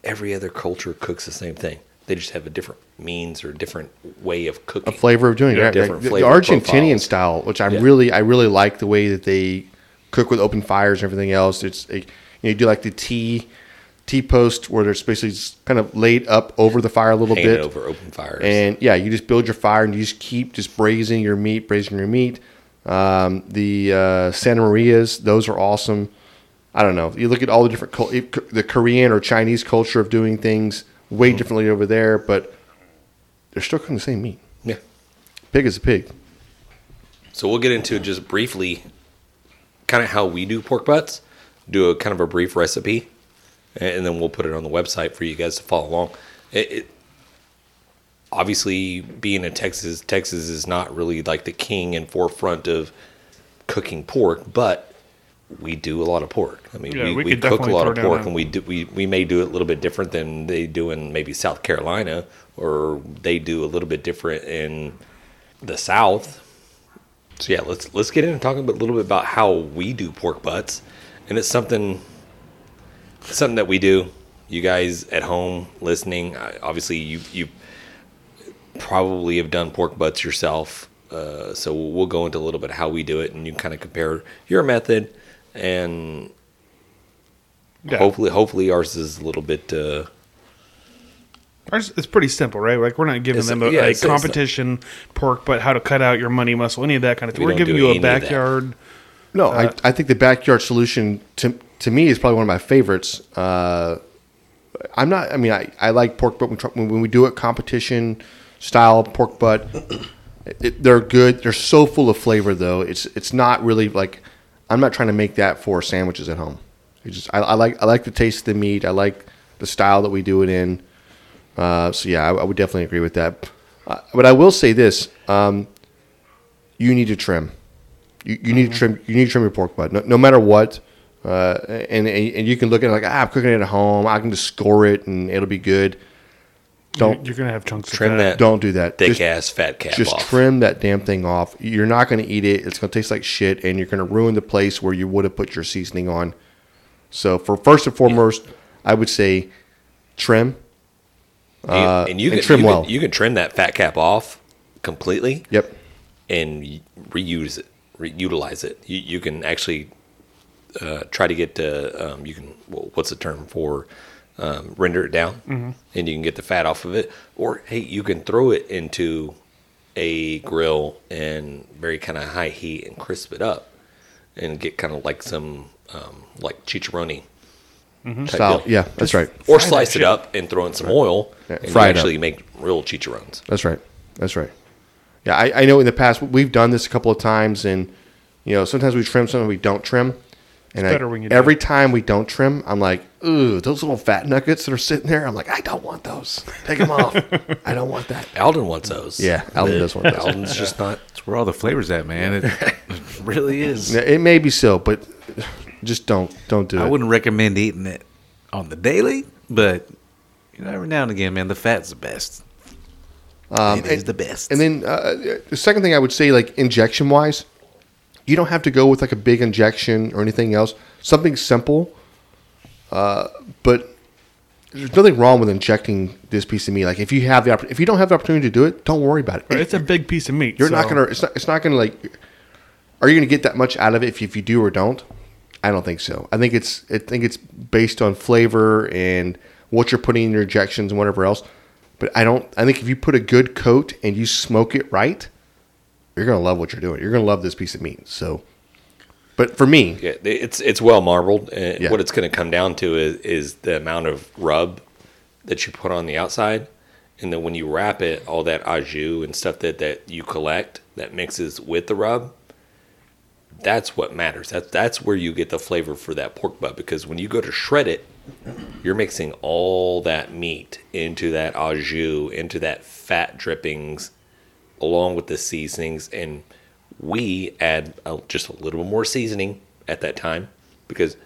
A: every other culture cooks the same thing. They just have a different means or different way of cooking.
D: a flavor of doing it.
A: Yeah,
D: right?
A: different
D: Like, the, the
A: flavor
D: Argentinian
A: profiles.
D: style, which I
A: Yeah.
D: really, I really like the way that they cook with open fires and everything else. It's it, you, know, you do like the tea tea post where they're basically just kind of laid up over the fire a little
A: Hand
D: bit,
A: over open fires.
D: and yeah, you just build your fire and you just keep just braising your meat, braising your meat. Um, the uh, Santa Marias, those are awesome. I don't know. You look at all the different cul- the Korean or Chinese culture of doing things way differently over there, but they're still cooking the same meat.
A: yeah.
D: Pig is a pig.
A: So we'll get into just briefly kind of how we do pork butts, do a kind of a brief recipe, a- and then we'll put it on the website for you guys to follow along. It, it, obviously, being in Texas, Texas is not really like the king and forefront of cooking pork, but we do a lot of pork. I mean,
B: Yeah,
A: we,
B: we
A: we,
B: could
A: cook a
B: definitely
A: lot
B: throw
A: of
B: down
A: pork,
B: a-
A: and we, do, we, we may do it a little bit different than they do in maybe South Carolina, or they do a little bit different in the South. So yeah, let's let's get into talking a little bit about how we do pork butts, and it's something it's something that we do. You guys at home listening, I- obviously you you probably have done pork butts yourself. Uh, so we'll go into a little bit how we do it, and you kind of compare your method, and
B: Yeah.
A: hopefully hopefully ours is a little bit. Uh,
B: Ours is pretty simple, right? Like we're not giving
A: It's-
B: them a,
A: yeah,
B: a
A: it's- it's-
B: competition pork, but how to cut out your money muscle, any of that kind of thing.
A: We
B: We're
A: don't
B: giving
A: do
B: you
A: any
B: a
A: of that.
B: backyard.
D: No, I, I think the backyard solution to to me is probably one of my favorites. Uh, I'm not. I mean, I, I like pork butt when, tr- when we do it competition style pork butt. It, they're good. They're so full of flavor though. It's it's not really like I'm not trying to make that for sandwiches at home. It's just I, I like I like the taste of the meat. I like the style that we do it in. Uh, so yeah, I, I would definitely agree with that. Uh, but I will say this: um, you need to trim. You, you need to trim. You need to trim your pork butt, no, no matter what. Uh, and, and and you can look at it like ah, I'm cooking it at home. I can just score it and it'll be good. Don't
B: You're gonna have chunks.
A: trim
B: of
A: that
D: don't do that.
A: thick
D: Just-
A: ass fat cap
D: just
A: off.
D: trim that damn thing off. You're not going to eat it. It's going to taste like shit, and you're going to ruin the place where you would have put your seasoning on. So, for first and foremost, I would say trim.
A: You- and you
D: uh, and
A: can
D: trim
A: you
D: well.
A: Can, you can trim that fat cap off completely.
D: Yep.
A: Mm-hmm. and y- reuse it, reutilize it. You, you can actually uh, try to get to, um, you can, well, what's the term for um,
D: Mm-hmm.
A: render it down and you can get the fat off of it. Or, hey, you can throw it into a grill and very kind of high heat and crisp it up and get kind of like some um, like chicharroni. type
D: Style.
A: deal.
D: Yeah, that's right.
A: Or slice it up and throw in some oil and you
D: Fry it up.
A: actually make real chicharrones.
D: That's right. That's right. Yeah, I, I know in the past we've done this a couple of times, and you know sometimes we trim, sometimes we don't trim. And I-
B: better when you do.
D: every time we don't trim, I'm like, ooh, those little fat nuggets that are sitting there. I'm like, I don't want those. Take
B: [laughs]
D: them off. I don't want that.
A: Alden wants those.
D: Yeah, Alden does want those.
A: Alden's just not.
E: It's where all the flavors at, man. It, it really is.
D: Yeah, It may be so, but just don't don't do
E: [laughs] I
D: it.
E: wouldn't recommend eating it on the daily, but you know, every now and again, man, the fat's the best. Um, it is
D: and-
E: the best.
D: And then uh, the second thing I would say, like injection wise, you don't have to go with like a big injection or anything else. Something simple, uh, but there's nothing wrong with injecting this piece of meat. Like if you have the oppor- if you don't have the opportunity to do it, don't worry about it.
B: But it's a big piece of meat.
D: You're not
B: so-
D: gonna. It's not. It's not gonna like. Are you gonna get that much out of it if, if you do or don't? I don't think so. I think it's. I think it's based on flavor and what you're putting in your injections and whatever else. But I don't. I think if you put a good coat and you smoke it right, you're gonna love what you're doing. You're gonna love this piece of meat. So, but for me,
A: Yeah, it's it's well marbled, and
D: Yeah.
A: what it's going to come down to is, is the amount of rub that you put on the outside, and then when you wrap it, all that au jus and stuff that that you collect that mixes with the rub. That's what matters. That's that's where you get the flavor for that pork butt because when you go to shred it, you're mixing all that meat into that au jus, into that fat drippings, along with the seasonings. And we add a, just a little more seasoning at that time because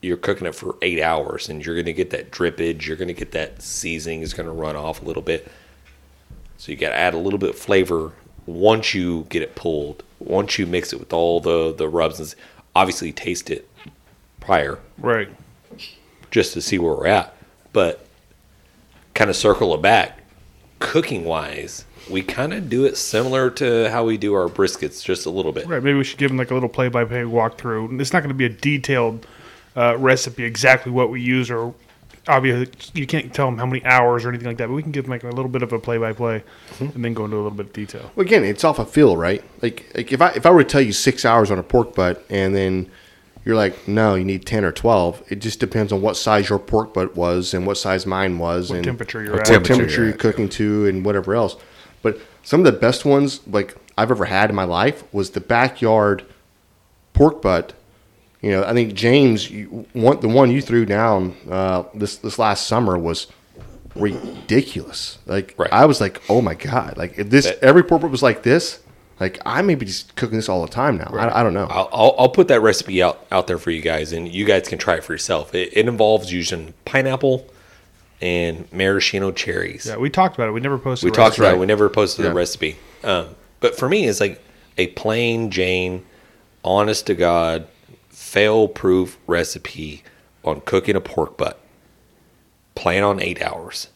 A: you're cooking it for eight hours and you're going to get that drippage. You're going to get that seasoning is going to run off a little bit. So you got to add a little bit of flavor once you get it pulled, once you mix it with all the, the rubs. And, s- obviously, taste it prior
B: Right.
A: just to see where we're at. But kind of circle it back, cooking wise, we kind of do it similar to how we do our briskets, just a little bit.
B: Right. Maybe we should give them like a little play by play walkthrough. And It's not going to be a detailed uh, recipe exactly what we use or. Obviously, you can't tell them how many hours or anything like that, but we can give them like a little bit of a play-by-play, and then go into a little bit of detail.
D: Well, again, it's off a feel, right? Like, like if I if I were to tell you six hours on a pork butt, and then you're like, no, you need ten or twelve. It just depends on what size your pork butt was and what size mine was, and
B: temperature you're
D: what
B: at.
D: temperature,
E: Temperature,
D: you're
E: yeah.
D: cooking to, and whatever else. But some of the best ones like I've ever had in my life was the backyard pork butt. You know, I think James, you, one, the one you threw down uh, this this last summer was ridiculous. Like
A: Right.
D: I was like, oh my god! Like if this
A: That-
D: every pork butt was like this, like I may be just cooking this all the time now. I, I don't know.
A: I'll, I'll, I'll put that recipe out, out there for you guys, and you guys can try it for yourself. It, it involves using pineapple and maraschino cherries.
B: Yeah, we talked about it. We never posted.
A: we
B: a
A: talked
B: recipe.
A: about it. We never posted
D: Yeah.
A: the recipe. Um, but for me, it's like a plain Jane, honest to God, fail proof recipe on cooking a pork butt. Plan on eight hours.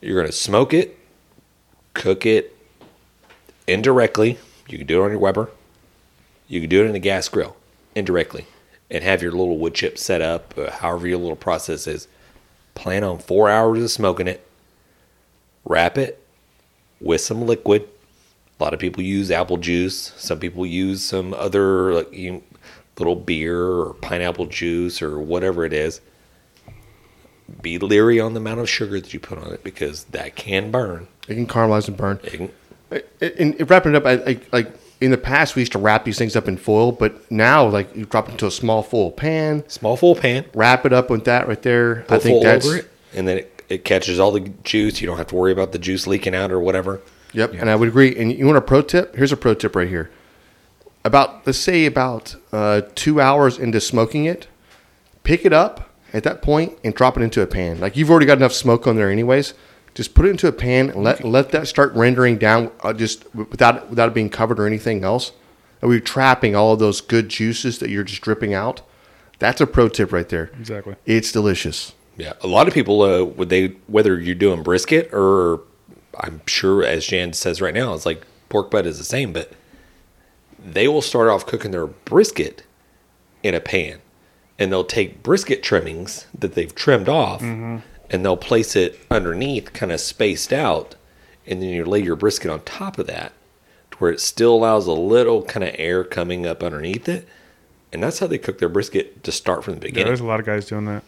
A: You're going to smoke it, cook it indirectly. You can do it on your Weber. You can do it in a gas grill indirectly and have your little wood chip set up, uh, however your little process is. Plan on four hours of smoking it wrap it with some liquid. A lot of people use apple juice. Some people use some other like, you, little beer or pineapple juice or whatever it is. Be leery on the amount of sugar that you put on it because that can burn.
D: It can caramelize and burn.
A: It can-
D: And and wrapping it up, I, I, like in the past, we used to wrap these things up in foil, but now like you drop it into a small foil pan,
A: small full pan.
D: wrap it up with that right there. I
A: Put
D: think
A: full
D: that's
A: over it, and then it, it catches all the juice. You don't have to worry about the juice leaking out or whatever.
D: Yep, and I would agree. And you want a pro tip? Here's a pro tip right here. About let's say about uh, two hours into smoking it, pick it up at that point and drop it into a pan. Like you've already got enough smoke on there, anyways. Just put it into a pan and let let that start rendering down, uh, just w- without without it being covered or anything else. And we're trapping all of those good juices that you're just dripping out. That's a pro tip right there.
B: Exactly.
D: It's delicious.
A: Yeah, a lot of people uh, would they whether you're doing brisket or I'm sure as Jan says right now, it's like pork butt is the same, but they will start off cooking their brisket in a pan, and they'll take brisket trimmings that they've trimmed off, and they'll place it underneath, kind of spaced out, and then you lay your brisket on top of that to where it still allows a little kind of air coming up underneath it. And that's how they cook their brisket to start from the
B: Yeah,
A: beginning.
B: there's a lot of guys doing that.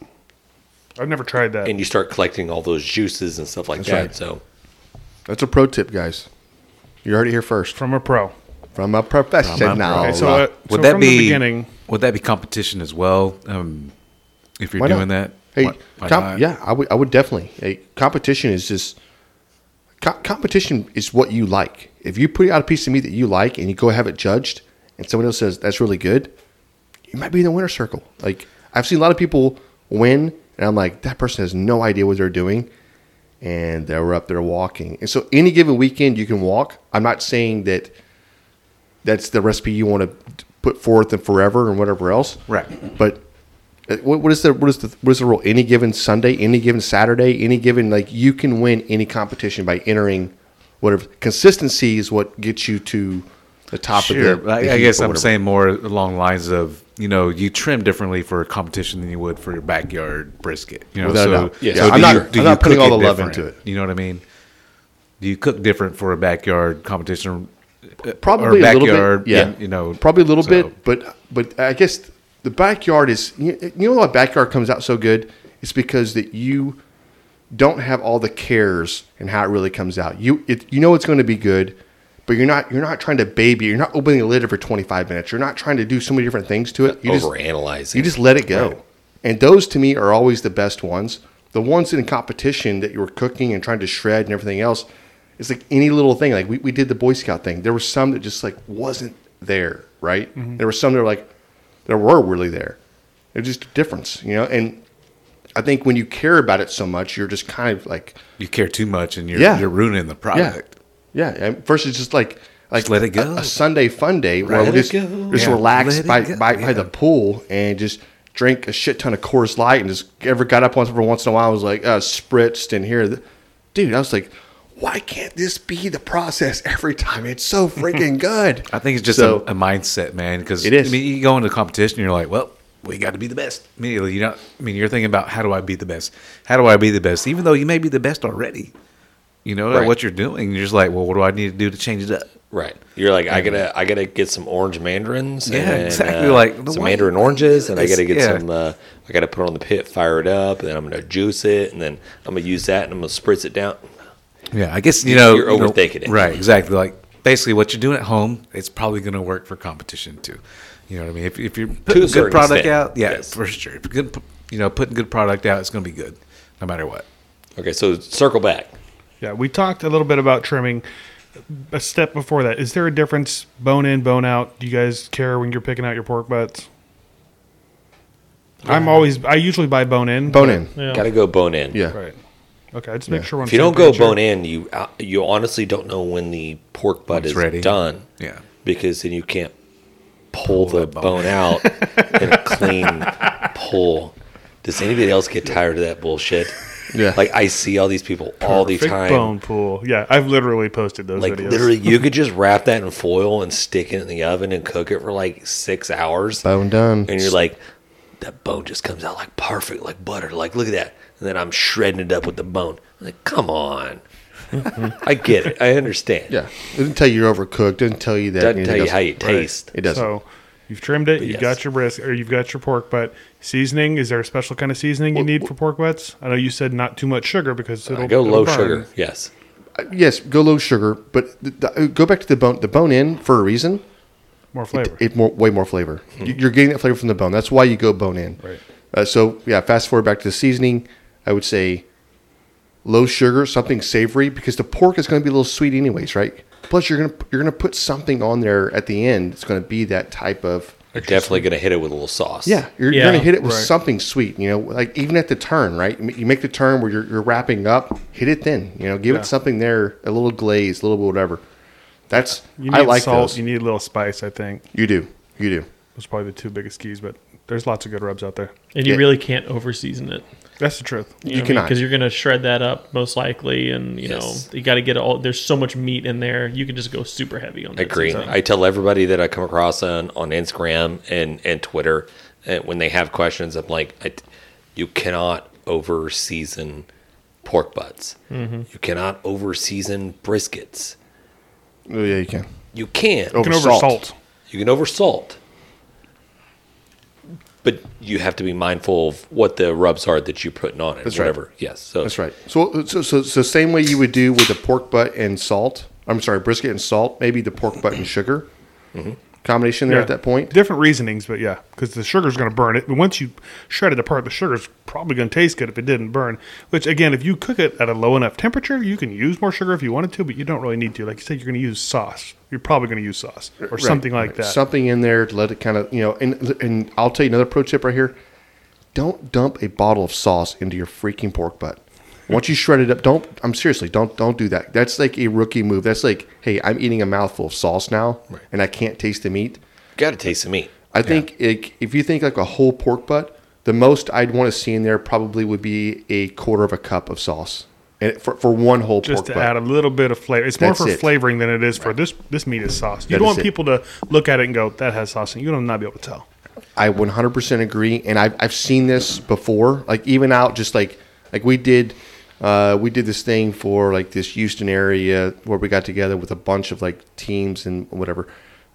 B: I've never tried that.
A: and you start collecting all those juices and stuff like
D: That's
A: that.
D: right.
A: So
D: That's a pro tip, guys. You heard it here first
B: from a pro.
D: from a professional.
B: Okay, so, uh,
E: Would
B: so
E: that
B: from
E: be
B: the beginning,
E: Would that be competition as well? Um, if you're
D: Why not?
E: doing that,
D: Hey,
E: Why- why
D: comp-
E: not?
D: yeah, I would. I would definitely. Hey, competition is just co- competition is what you like. If you put out a piece of meat that you like and you go have it judged, and someone else says that's really good, you might be in the winner circle. Like I've seen a lot of people win, and I'm like, that person has no idea what they're doing, and they were up there walking. And so, any given weekend, you can walk. I'm not saying that that's the recipe you want to put forth and forever and whatever else.
E: Right.
D: But uh, what, what is the what is the what is the rule? Any given Sunday, any given Saturday, any given like you can win any competition by entering whatever. Consistency is what gets you to the top
E: Sure.
D: of the.
E: I,
D: the
E: I
D: heap
E: guess
D: or
E: I'm
D: whatever.
E: saying more along the lines of you know you trim differently for a competition than you would for your backyard brisket. You know,
D: Without a
E: so,
D: doubt.
A: Yeah.
E: so
A: I'm
E: do
A: not-
E: you-
D: I'm
E: do
D: not
E: you
D: putting
E: cook
D: all the love
E: different?
D: into it.
E: You know what I mean? Do you cook different for a backyard competition? uh,
D: probably
E: or
D: a
E: backyard,
D: little bit. Yeah,
E: and, you know,
D: probably a little
E: so-
D: bit, but but I guess the backyard is. You you know why backyard comes out so good? It's because that you don't have all the cares and how it really comes out. You it, you know it's going to be good, but you're not you're not trying to baby. it. You're not opening a lid for 25 minutes. You're not trying to do so many different things to it. You just-
A: overanalyzing.
D: you just let it go. And those to me are always the best ones. The ones in competition that you were cooking and trying to shred and everything else, it's like any little thing. Like we, we did the Boy Scout thing. There were some that just like wasn't there, right? There were some that were like, there were really there. There's just a difference, you know? And I think when you care about it so much, you're just kind of like,
E: You care too much, and you're
D: Yeah.
E: you're ruining the product.
D: yeah. Yeah. And versus just like, like
E: Just let it
D: a-
E: go.
D: A, Sunday fun day where
A: Let
D: we
A: it
D: just,
A: go.
D: just
E: Yeah.
D: relax
E: Let it
D: by,
E: go.
D: by, by the pool and just drink a shit ton of Coors Light and just ever got up once every once in a while and was like uh, spritzed in here. Dude, I was like, why can't this be the process every time? It's
E: [laughs]
D: so freaking good.
E: I think it's just
D: So-
E: a, a mindset, man. Because
D: It is.
E: I mean, you go into competition, you're like, well, we got to be the best immediately. You know, I mean, you're thinking about how do I be the best? How do I be the best? Even though you may be the best already, you know
A: Right.
E: at what you're doing. You're just like, well, what do I need to do to change it up?
A: Right. You're like, I gotta, I gotta get some orange mandarins.
E: Yeah,
A: and,
E: exactly,
A: uh,
E: like, the
A: some
E: way-
A: mandarin oranges, and I
E: It's-
A: gotta get
E: yeah.
A: some. Uh, I gotta put it on the pit, fire it up, and then I'm gonna juice it, and then I'm gonna use that, and I'm gonna spritz it down.
E: Yeah, I guess you
A: You're-
E: know
A: you're
E: you know-
A: overthinking it.
E: Right, exactly. Like basically, what you're doing at home, it's probably going to work for competition too. You know what I mean? If, if you're putting
A: a
E: good
A: certain
E: product
A: extent,
E: out, yeah,
A: yes.
E: for sure. If you're good, you know, putting good product out, it's going to be good, no matter what.
A: Okay, so circle back.
B: yeah, we talked a little bit about trimming. A step before that, is there a difference bone in, bone out? Do you guys care when you're picking out your pork butts? I'm always. I usually buy bone in.
D: Bone in.
C: Yeah.
A: Gotta go bone in.
D: Yeah.
B: Right. Okay, I just make sure.
A: If you don't go bone in, you uh, you honestly don't know when the pork butt
E: It's
A: is
E: ready.
A: done.
E: Yeah.
A: Because then you can't pull, the
E: that
A: bone,
E: bone.
A: out in a clean pull. Does anybody else get tired of that bullshit?
D: Yeah.
A: Like I see all these people all the time.
B: Bone pool. Yeah, I've literally posted those
A: Like
B: videos.
A: literally, you could just wrap that in foil and stick it in the oven and cook it for like six hours.
D: Bone done.
A: And you're like, that bone just comes out like perfect, like butter. Like look at that. And then I'm shredding it up with the bone. I'm like, come on. I get it. I understand.
D: Yeah. It doesn't tell you you're overcooked. It doesn't tell you that.
A: Doesn't
D: anything
A: tell you
D: else.
A: how you taste.
D: It doesn't.
B: So you've trimmed it. You've
A: yes.
B: got your bris or you've got your pork butt seasoning. Is there a special kind of seasoning you need for pork butts? I know you said not too much sugar because it'll
A: I go
B: it'll
A: low
B: burn.
A: sugar. Yes.
D: yes, go low sugar, but the, the, go back to the bone. The bone in for a reason.
B: more
D: It,
B: flavor.
D: it more way more flavor. You- You're getting that flavor from the bone. That's why you go bone in.
B: Right.
D: Uh, so yeah, fast forward back to the seasoning. I would say low sugar, something savory, because the pork is going to be a little sweet anyways, right? Plus, you're gonna you're gonna put something on there at the end. It's going to be that type of
A: Definitely going to hit it with a little sauce.
D: yeah, you're,
C: Yeah.
D: you're gonna hit it with
B: Right.
D: something sweet, you know, like even at the turn, right? You ma- You make the turn where you're, you're wrapping up, hit it thin, you know, give
B: Yeah.
D: it something there, a little glaze, a little bit whatever. That's
B: You need
D: I like
B: salt.
D: those.
B: You
D: You,
B: need a little spice. I think
D: do, you do.
B: those are probably the two biggest keys. But there's lots of good rubs out there.
C: And you
D: Yeah.
C: really can't over season it.
B: That's the truth.
D: You cannot.
C: because you're going to shred that up most likely, and you
A: Yes.
C: know you got to get all. There's so much meat in there, you can just go super heavy on. that
A: Agree.
C: seasoning.
A: I tell everybody that I come across on, on Instagram and, and Twitter uh, and when they have questions, I'm like, I, you cannot over season pork butts.
D: Mm-hmm.
A: You cannot overseason briskets.
D: Oh, yeah, you can.
A: You can.
D: Over
B: You can over
D: salt.
B: salt.
A: You can oversalt. But you have to be mindful of what the rubs are that you're putting on it.
D: That's right.
A: whatever. Yes. So
D: That's right. So, so, so, so same way you would do with the pork butt and salt. I'm sorry, brisket and salt. Maybe the pork butt and sugar combination there
B: Yeah.
D: at that point.
B: Different reasonings, but yeah, because the sugar's going to burn it. But once you shred it apart, the sugar's probably going to taste good if it didn't burn. Which, again, if you cook it at a low enough temperature, you can use more sugar if you wanted to, but you don't really need to. Like you said, you're going to use sauce. You're probably going to use sauce or
D: Right,
B: something like
D: right.
B: that.
D: Something in there to let it kind of you know. And and I'll tell you another pro tip right here. Don't dump a bottle of sauce into your freaking pork butt. Once you shred it up, don't. I'm seriously don't don't do that. That's like a rookie move. That's like, hey, I'm eating a mouthful of sauce now, and I can't taste the meat.
A: you got to taste the meat.
D: I think it, if you think like a whole pork butt, the most I'd want to see in there probably would be a quarter of a cup of sauce, and for, for one whole
B: just
D: pork
B: to
D: butt.
B: add a little bit of flavor. It's
D: That's
B: more for
D: it.
B: flavoring than it is for this. This meat is sauce. You
D: That
B: don't
D: is
B: want
D: it.
B: people to look at it and go, "That has sauce," and you don't not be able to tell.
D: I 100% agree, and I've I've seen this before, like even out just like like we did. Uh, we did this thing for like this Houston area where we got together with a bunch of like teams and whatever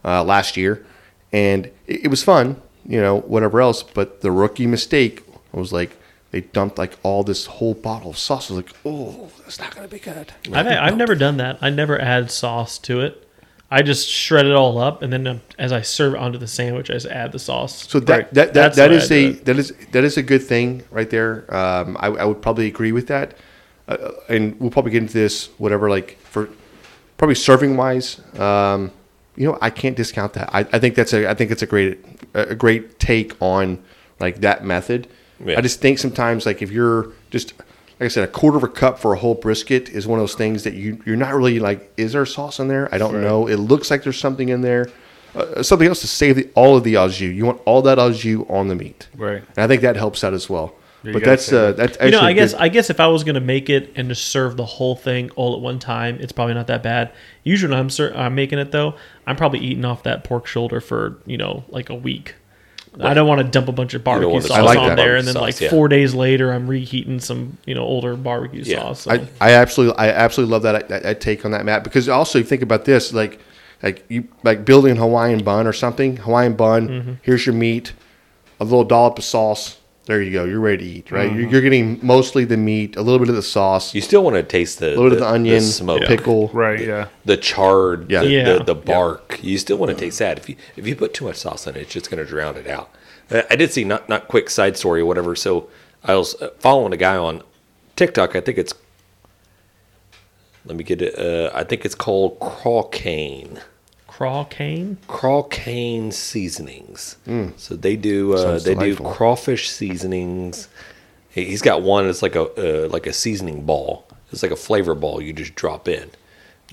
D: uh, last year, and it, it was fun, you know, whatever else. But the rookie mistake was like they dumped like all this whole bottle of sauce. I was like, oh, that's not gonna be good.
C: I've, I've never done that. I never add sauce to it. I just shred it all up, and then um, as I serve it onto the sandwich, I just add the sauce.
D: So that
C: Right.
D: that, that,
C: That's
D: that
C: the
D: is
C: way I
D: a
C: do it.
D: that is that is a good thing right there. Um, I, I would probably agree with that, uh, and we'll probably get into this whatever like for probably serving wise. Um, you know, I can't discount that. I, I think that's a I think it's a great a great take on like that method.
A: Yeah.
D: I just think sometimes like if you're just like I said, a quarter of a cup for a whole brisket is one of those things that you you're not really like. Is there sauce in there? I don't know. It looks like there's something in there uh, something else to save the, all of the au jus. You want all that au jus on the meat,
B: Right.
D: And I think that helps out as well.
B: Yeah, you
D: but
B: gotta
D: that's
B: save
D: uh,
B: it.
D: that's actually
C: You know, I
D: a
C: guess
D: good-
C: I guess if I was gonna make it and just serve the whole thing all at one time, it's probably not that bad. Usually, when I'm ser- I'm making it though. I'm probably eating off that pork shoulder for you know like a week. I don't want to dump a bunch of
A: don't
C: barbecue
A: want to
C: sauce
D: dump
C: on
D: that.
C: there, and then
A: Barbecue
C: like
A: sauce, yeah.
C: four days later, I'm reheating some you know older barbecue
A: Yeah.
C: sauce. So.
D: I, I absolutely I absolutely love that, that that take on that Matt because also you think about this like like you like building a Hawaiian bun or something Hawaiian bun. Here's your meat, a little dollop of sauce. There you go. You're ready to eat, right? You're, you're getting mostly the meat, a little bit of the sauce,
A: You
D: a
A: still want to taste the,
D: little bit of the onion,
A: smoke,
D: pickle,
B: Right. Yeah.
A: the charred,
D: Yeah.
A: The,
C: Yeah.
A: the, the bark. You still want to taste that. If you if you put too much sauce in it, it's just going to drown it out. Uh, I did see not not quick side story or whatever. So I was uh, following a guy on TikTok. I think it's let me get it. Uh, I think it's called Crawcane.
C: Craw cane.
A: Crawcane seasonings. So they do uh,
D: Hmm. Sounds
A: they
D: delightful.
A: do crawfish seasonings. He- He's got one. It's like a uh, like a seasoning ball. It's like a flavor ball you just drop in.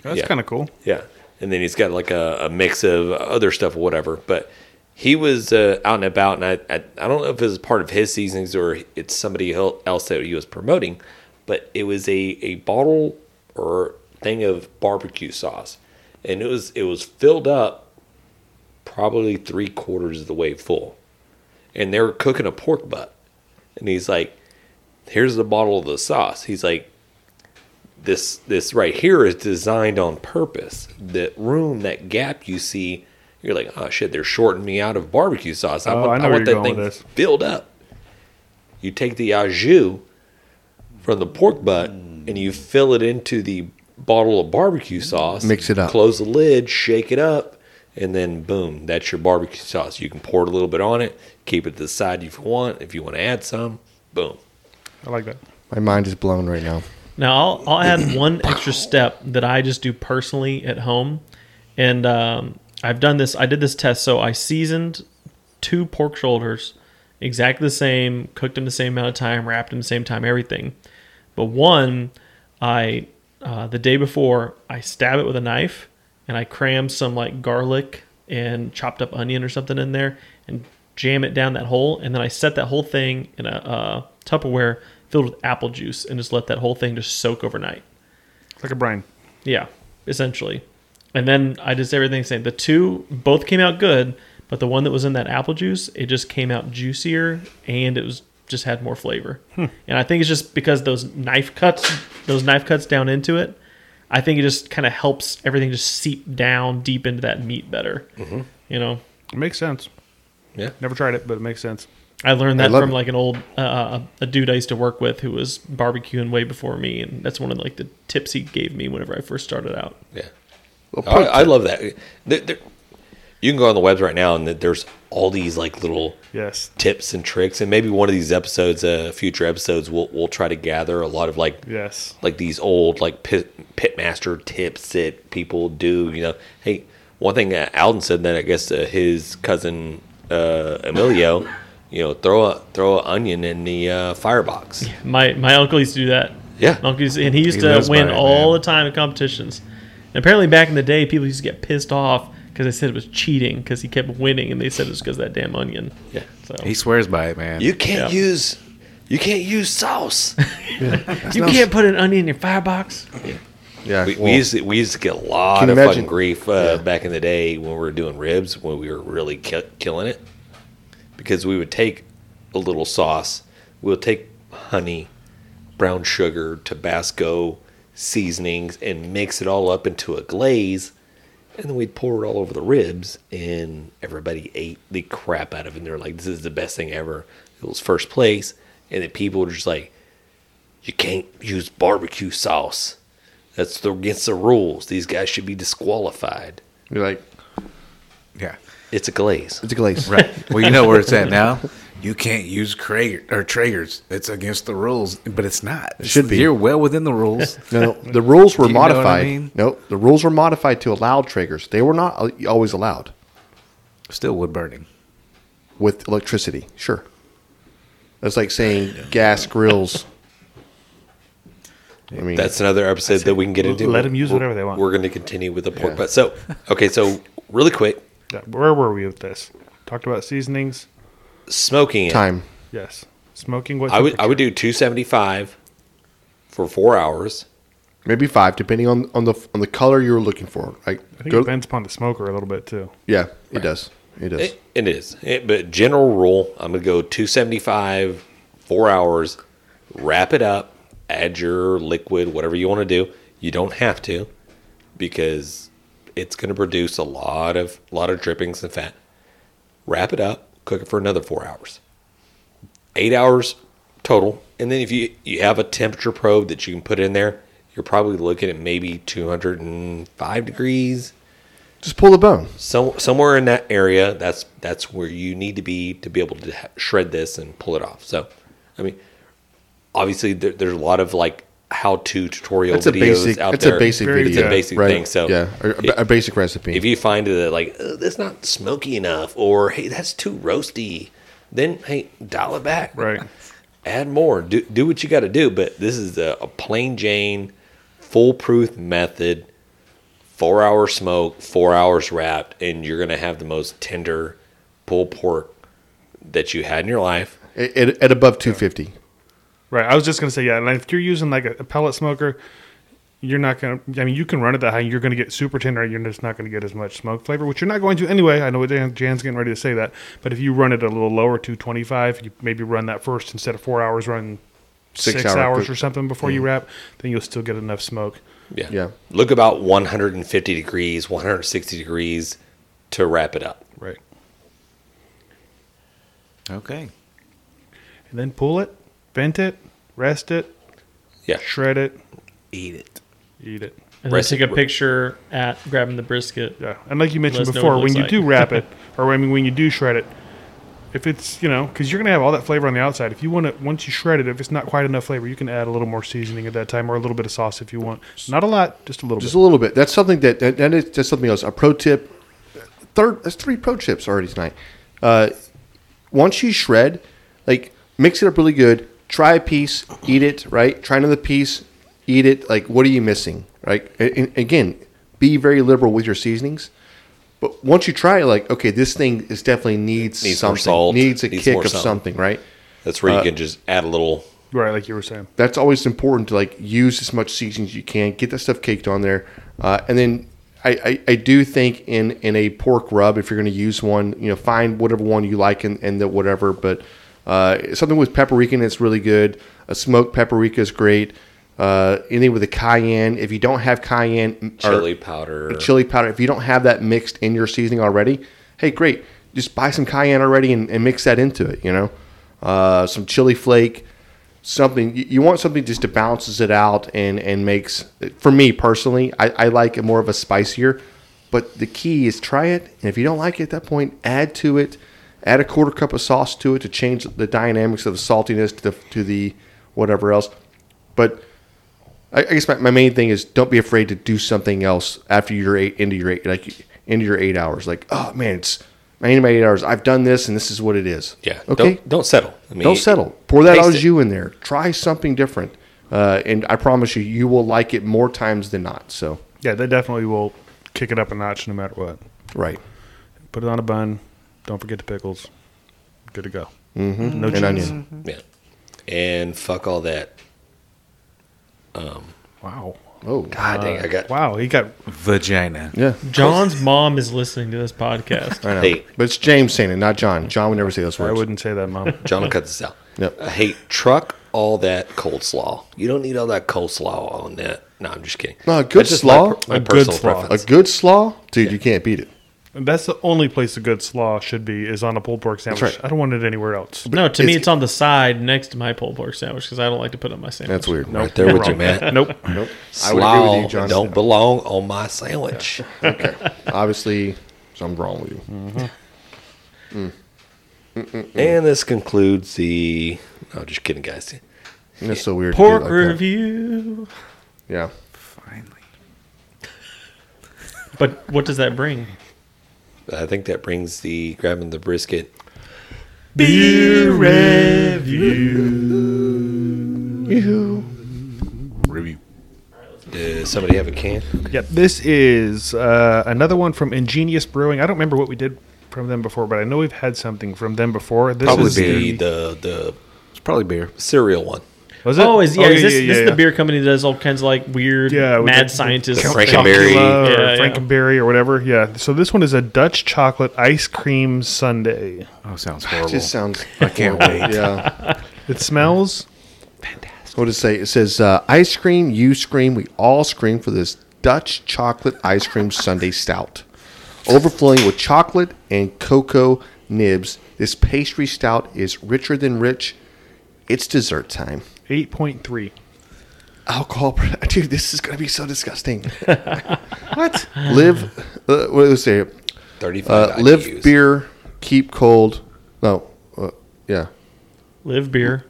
B: That's
A: Yeah.
B: kind of cool.
A: Yeah. And then he's got like a, a mix of other stuff or whatever. But he was uh, out and about, and I, I, I don't know if it was part of his seasonings or it's somebody hel- else that he was promoting, but it was a, a bottle or thing of barbecue sauce. And it was it was filled up probably three quarters of the way full. And they were cooking a pork butt. And he's like, here's the bottle of the sauce. He's like, this this right here is designed on purpose. The room, that gap you see, you're like, oh shit, they're shorting me out of barbecue sauce. I
B: Oh,
A: want,
B: I
A: I
B: know where
A: want
B: you're
A: that
B: going
A: thing
B: with this.
A: filled up. You take the au jus from the pork butt and you fill it into the bottle of barbecue sauce.
D: Mix it up.
A: Close the lid, shake it up, and then boom, that's your barbecue sauce. You can pour it a little bit on it, keep it to the side if you want. If you want to add some, boom.
B: I like that.
D: My mind is blown right now.
C: Now I'll, I'll add one extra step that I just do personally at home, and um, I've done this. I did this test, so I seasoned two pork shoulders, exactly the same, cooked them the same amount of time, wrapped them the same time, everything. But one, I uh, the day before I stab it with a knife, and I cram some like garlic and chopped up onion or something in there, and jam it down that hole, and then I set that whole thing in a uh, Tupperware filled with apple juice, and just let that whole thing just soak overnight.
B: It's like a brine.
C: Yeah, essentially. And then I just everything the same. The two both came out good, but the one that was in that apple juice, it just came out juicier and it was just had more flavor.
D: Hmm.
C: And I think it's just because those knife cuts, those knife cuts down into it, I think it just kind of helps everything just seep down deep into that meat better.
D: Mm-hmm.
C: You know,
B: It makes sense.
A: Yeah.
B: Never tried it, but it makes sense.
C: I learned
D: I
C: that
D: love
C: from
D: it.
C: like an old uh, a dude I used to work with who was barbecuing way before me, and that's one of like the tips he gave me whenever I first started out.
A: Yeah.
D: Well,
A: I, I love that. There- there- you can go on the webs right now, and that there's all these like little
B: Yes.
A: tips and tricks, and maybe one of these episodes, uh, future episodes, we'll we'll try to gather a lot of like
B: Yes.
A: like these old like pit, pit master tips that people do. You know, hey, one thing uh, Alden said that I guess uh, his cousin uh, Emilio, you know, throw a throw an onion in the uh, firebox.
C: My my uncle used to do that.
A: Yeah.
C: my uncle used, and he used
E: He
C: to
E: lives by
C: win
E: it,
C: all
E: man.
C: the time at competitions. And apparently, back in the day, people used to get pissed off because they said it was cheating because he kept winning, and they said it was because that damn onion.
A: Yeah.
C: So
E: He swears by it, man.
A: You can't
C: Yeah.
A: use you can't use sauce.
C: you can't put an onion in your firebox.
D: yeah,
A: We,
D: well,
A: we used to, we used to get a lot
D: Can you
A: of
D: imagine?
A: fucking grief uh, back in the day when we were doing ribs when we were really ki- killing it because we would take a little sauce, we'll take honey, brown sugar, Tabasco, seasonings, and mix it all up into a glaze, and then we'd pour it all over the ribs, and everybody ate the crap out of it. And they're like, "This is the best thing ever." It was first place, and then people were just like, "You can't use barbecue sauce." That's the, against the rules. These guys should be disqualified.
D: you're like
E: yeah.
A: It's a glaze.
D: it's a glaze.
E: Right. [laughs] Well, you know where it's at now. You can't use Traeger or Traegers. It's against the rules, but it's not. It
D: should be.
E: You're well within the rules.
D: [laughs] No, no, the rules were
E: Do you know what I
D: modified.
E: mean?
D: No, the rules were modified to allow triggers. They were not al- always allowed
E: Still wood burning.
D: with electricity. Sure, that's like saying
A: [laughs]
D: gas grills. I mean,
A: That's another episode that we can get into.
B: Let 'em use
A: We're-
B: whatever they want.
A: We're going to continue with the pork
D: Yeah.
A: butt. So, okay, so really quick,
B: Yeah, Where were we with this? Talked about seasonings.
A: smoking it.
D: time.
B: Yes. Smoking. What
A: I would I would do 275 for 4 hours.
D: Maybe five, depending on, on the on the color you're looking for. Like,
B: I think
D: go-
B: it depends upon the smoker a little bit too.
D: yeah, it does. It does.
A: It, it is. It- but general rule, I'm going to go 275 4 hours, wrap it up, add your liquid, whatever you want to do. You don't have to because it's going to produce a lot of lot of drippings and fat. Wrap it up, cook it for another 4 hours. eight hours total. And then if you you have a temperature probe that you can put in there, you're probably looking at maybe 205 degrees,
D: Just pull the bone.
A: so somewhere in that area. That's that's where you need to be to be able to ha- shred this and pull it off. So, I mean, obviously there, there's a lot of like how-to tutorial
D: That's a
A: videos
D: basic.
A: out
D: It's
A: there.
D: a basic
B: Very
D: video.
A: It's a basic
D: right?
A: thing. So
D: yeah, a,
A: if-
D: a basic recipe.
A: if you find that like "Uh, that's not smoky enough, or hey, that's too roasty, then hey, dial it back
B: Right.
A: [laughs] add more. Do do what you got to do. But this is a, a plain Jane, foolproof method. Four hours smoke, four hours wrapped, and you're gonna have the most tender pulled pork that you had in your life.
D: at, at- at above 250,
B: Right. I was just gonna say yeah. And if you're using like a, a pellet smoker, you're not gonna. I mean, you can run it that high. You're gonna get super tender. and You're just not gonna get as much smoke flavor, which you're not going to anyway. I know what Jan, Jan's getting ready to say that. But if you run it a little lower, 225, you maybe run that first instead of four hours. Run six,
D: Six hour
B: hours
D: cook- Mm-hmm.
B: or something before you wrap. Then you'll still get enough smoke.
A: Yeah.
D: Yeah.
A: Look about 150 degrees, 160 degrees to wrap it up.
B: Right.
E: Okay.
B: And then pull it, vent it, rest it,
A: Yeah.
B: shred it,
A: Eat it.
B: eat it.
C: And then
A: Rest-
C: take a picture at grabbing the brisket.
B: Yeah, and like you mentioned
C: Let us know
B: before,
C: what it
B: when you
C: looks
B: do
C: like.
B: wrap
C: [laughs]
B: it, or I mean, when you do shred it, if it's you know, because you're gonna have all that flavor on the outside. If you want to, once you shred it, if it's not quite enough flavor, you can add a little more seasoning at that time, or a little bit of sauce if you want. Not a lot, just a little
D: just a
B: bit.
D: little bit. That's something that that, that is just something else. A pro tip. Third, that's three pro tips already tonight. Uh, once you shred, like mix it up really good. Try a piece, eat it. Right, try another piece, eat it. Like, what are you missing? Right, and, and again, be very liberal with your seasonings. But once you try, it, like, okay, this thing is definitely needs,
A: Needs more
D: something,
A: salt,
D: needs a
A: needs
D: kick
A: more
D: of
A: something.
D: something, right?
A: That's
D: Uh,
A: where you can just add a little.
B: Right, like you were saying.
D: that's always important to like use as much seasoning as you can get that stuff caked on there uh, and then I, I, I do think in in a pork rub if you're going to use one you know find whatever one you like and, and the whatever but Uh, something with paprika, it's really good. A smoked paprika is great. Uh, anything with a cayenne. If you don't have cayenne, or-
A: Chili powder.
D: chili powder. If you don't have that mixed in your seasoning already, hey, great. Just buy some cayenne already and, and mix that into it. You know, uh, some chili flake, something. You, you want something just to balances it out and and makes. For me personally, I, I like it more of a spicier. But the key is try it, and if you don't like it at that point, add to it. Add a quarter cup of sauce to it to change the dynamics of the saltiness to the, to the whatever else. But I, I guess my, my main thing is don't be afraid to do something else after your eight into your eight like into your eight hours. Like, oh man, it's my into my eight hours. I've done this and this is what it is.
A: Yeah.
D: Okay.
A: Don't, don't settle. I mean,
D: Don't settle. Pour that
A: taste
D: au
A: it.
D: jus in there. Try something different, uh, and I promise you, you will like it more times than not. So,
B: Yeah, that definitely will kick it up a notch no matter what.
D: right.
B: Put it on a bun. Don't forget the pickles. Good to go. Mm-hmm. No
D: And
B: cheese.
D: Hmm? onion.
A: Yeah. And fuck all that.
B: Wow.
D: Oh,
A: God dang, I got.
B: Wow. He got
E: Vagina.
D: yeah.
C: John's mom is listening to this podcast.
D: I know.
A: Hey.
D: But it's James saying it, not John. John would never say those
B: I
D: words.
B: wouldn't say that, Mom.
A: John will cut this out.
D: Yep.
A: I hate truck all that coleslaw. You don't need all that coleslaw on that. No, I'm just kidding.
D: No, a good
A: That's just my
D: slaw-
A: per- My,
B: a good
A: personal
B: slaw.
D: A
A: preference.
D: good slaw, dude. You can't beat it.
B: And [laughs] that's the only place a good slaw should be is on a pulled pork sandwich.
D: right.
B: I don't want it anywhere else.
C: No, to me,
D: it's-
C: it's on the side next to my pulled pork sandwich because I don't like to put it on my sandwich.
D: That's weird.
A: Right there with you,
B: Wrong.
A: Matt.
B: Nope.
D: [laughs] Nope.
A: Slaw don't belong on my sandwich.
D: Obviously, something's wrong with you.
A: And this concludes the. No, just kidding, guys.
D: That's so weird. to do
C: Pork
D: like that.
C: review.
D: Yeah.
E: Finally.
C: But what does that bring?
A: I think that brings the grabbing the brisket.
C: Beer review.
E: Review.
A: Does uh, somebody have a can?
B: Yep. This is uh, another one from Ingenious Brewing. I don't remember what we did from them before, but I know we've had something from them before. This
E: Probably
B: is
E: beer.
A: The the, the
E: It's probably beer.
A: cereal one.
B: Was it?
C: Oh, is, yeah, is this, this is
B: yeah.
C: the beer company that does all kinds of like weird
B: Yeah, with
C: mad
B: the-
C: scientist
A: Count
C: stuff?
A: Frankenberry.
B: Dracula
C: Yeah,
B: or
C: yeah.
B: Frankenberry or whatever. Yeah. So this one is a Dutch chocolate ice cream sundae.
E: Oh, sounds horrible.
D: It just sounds.
E: I can't wait.
D: [laughs] Yeah.
B: It smells.
D: What does it say? It says uh, ice cream. You scream. We all scream for this Dutch chocolate ice cream Sunday stout, overflowing with chocolate and cocoa nibs. This pastry stout is richer than rich. It's dessert time.
B: 8.3.
D: Alcohol, [laughs] dude. This is gonna be so [laughs] disgusting. what? Live. Uh, what does it say?
A: Thirty five.
D: Uh, live beer, keep cold. No, uh, yeah,
C: Live beer.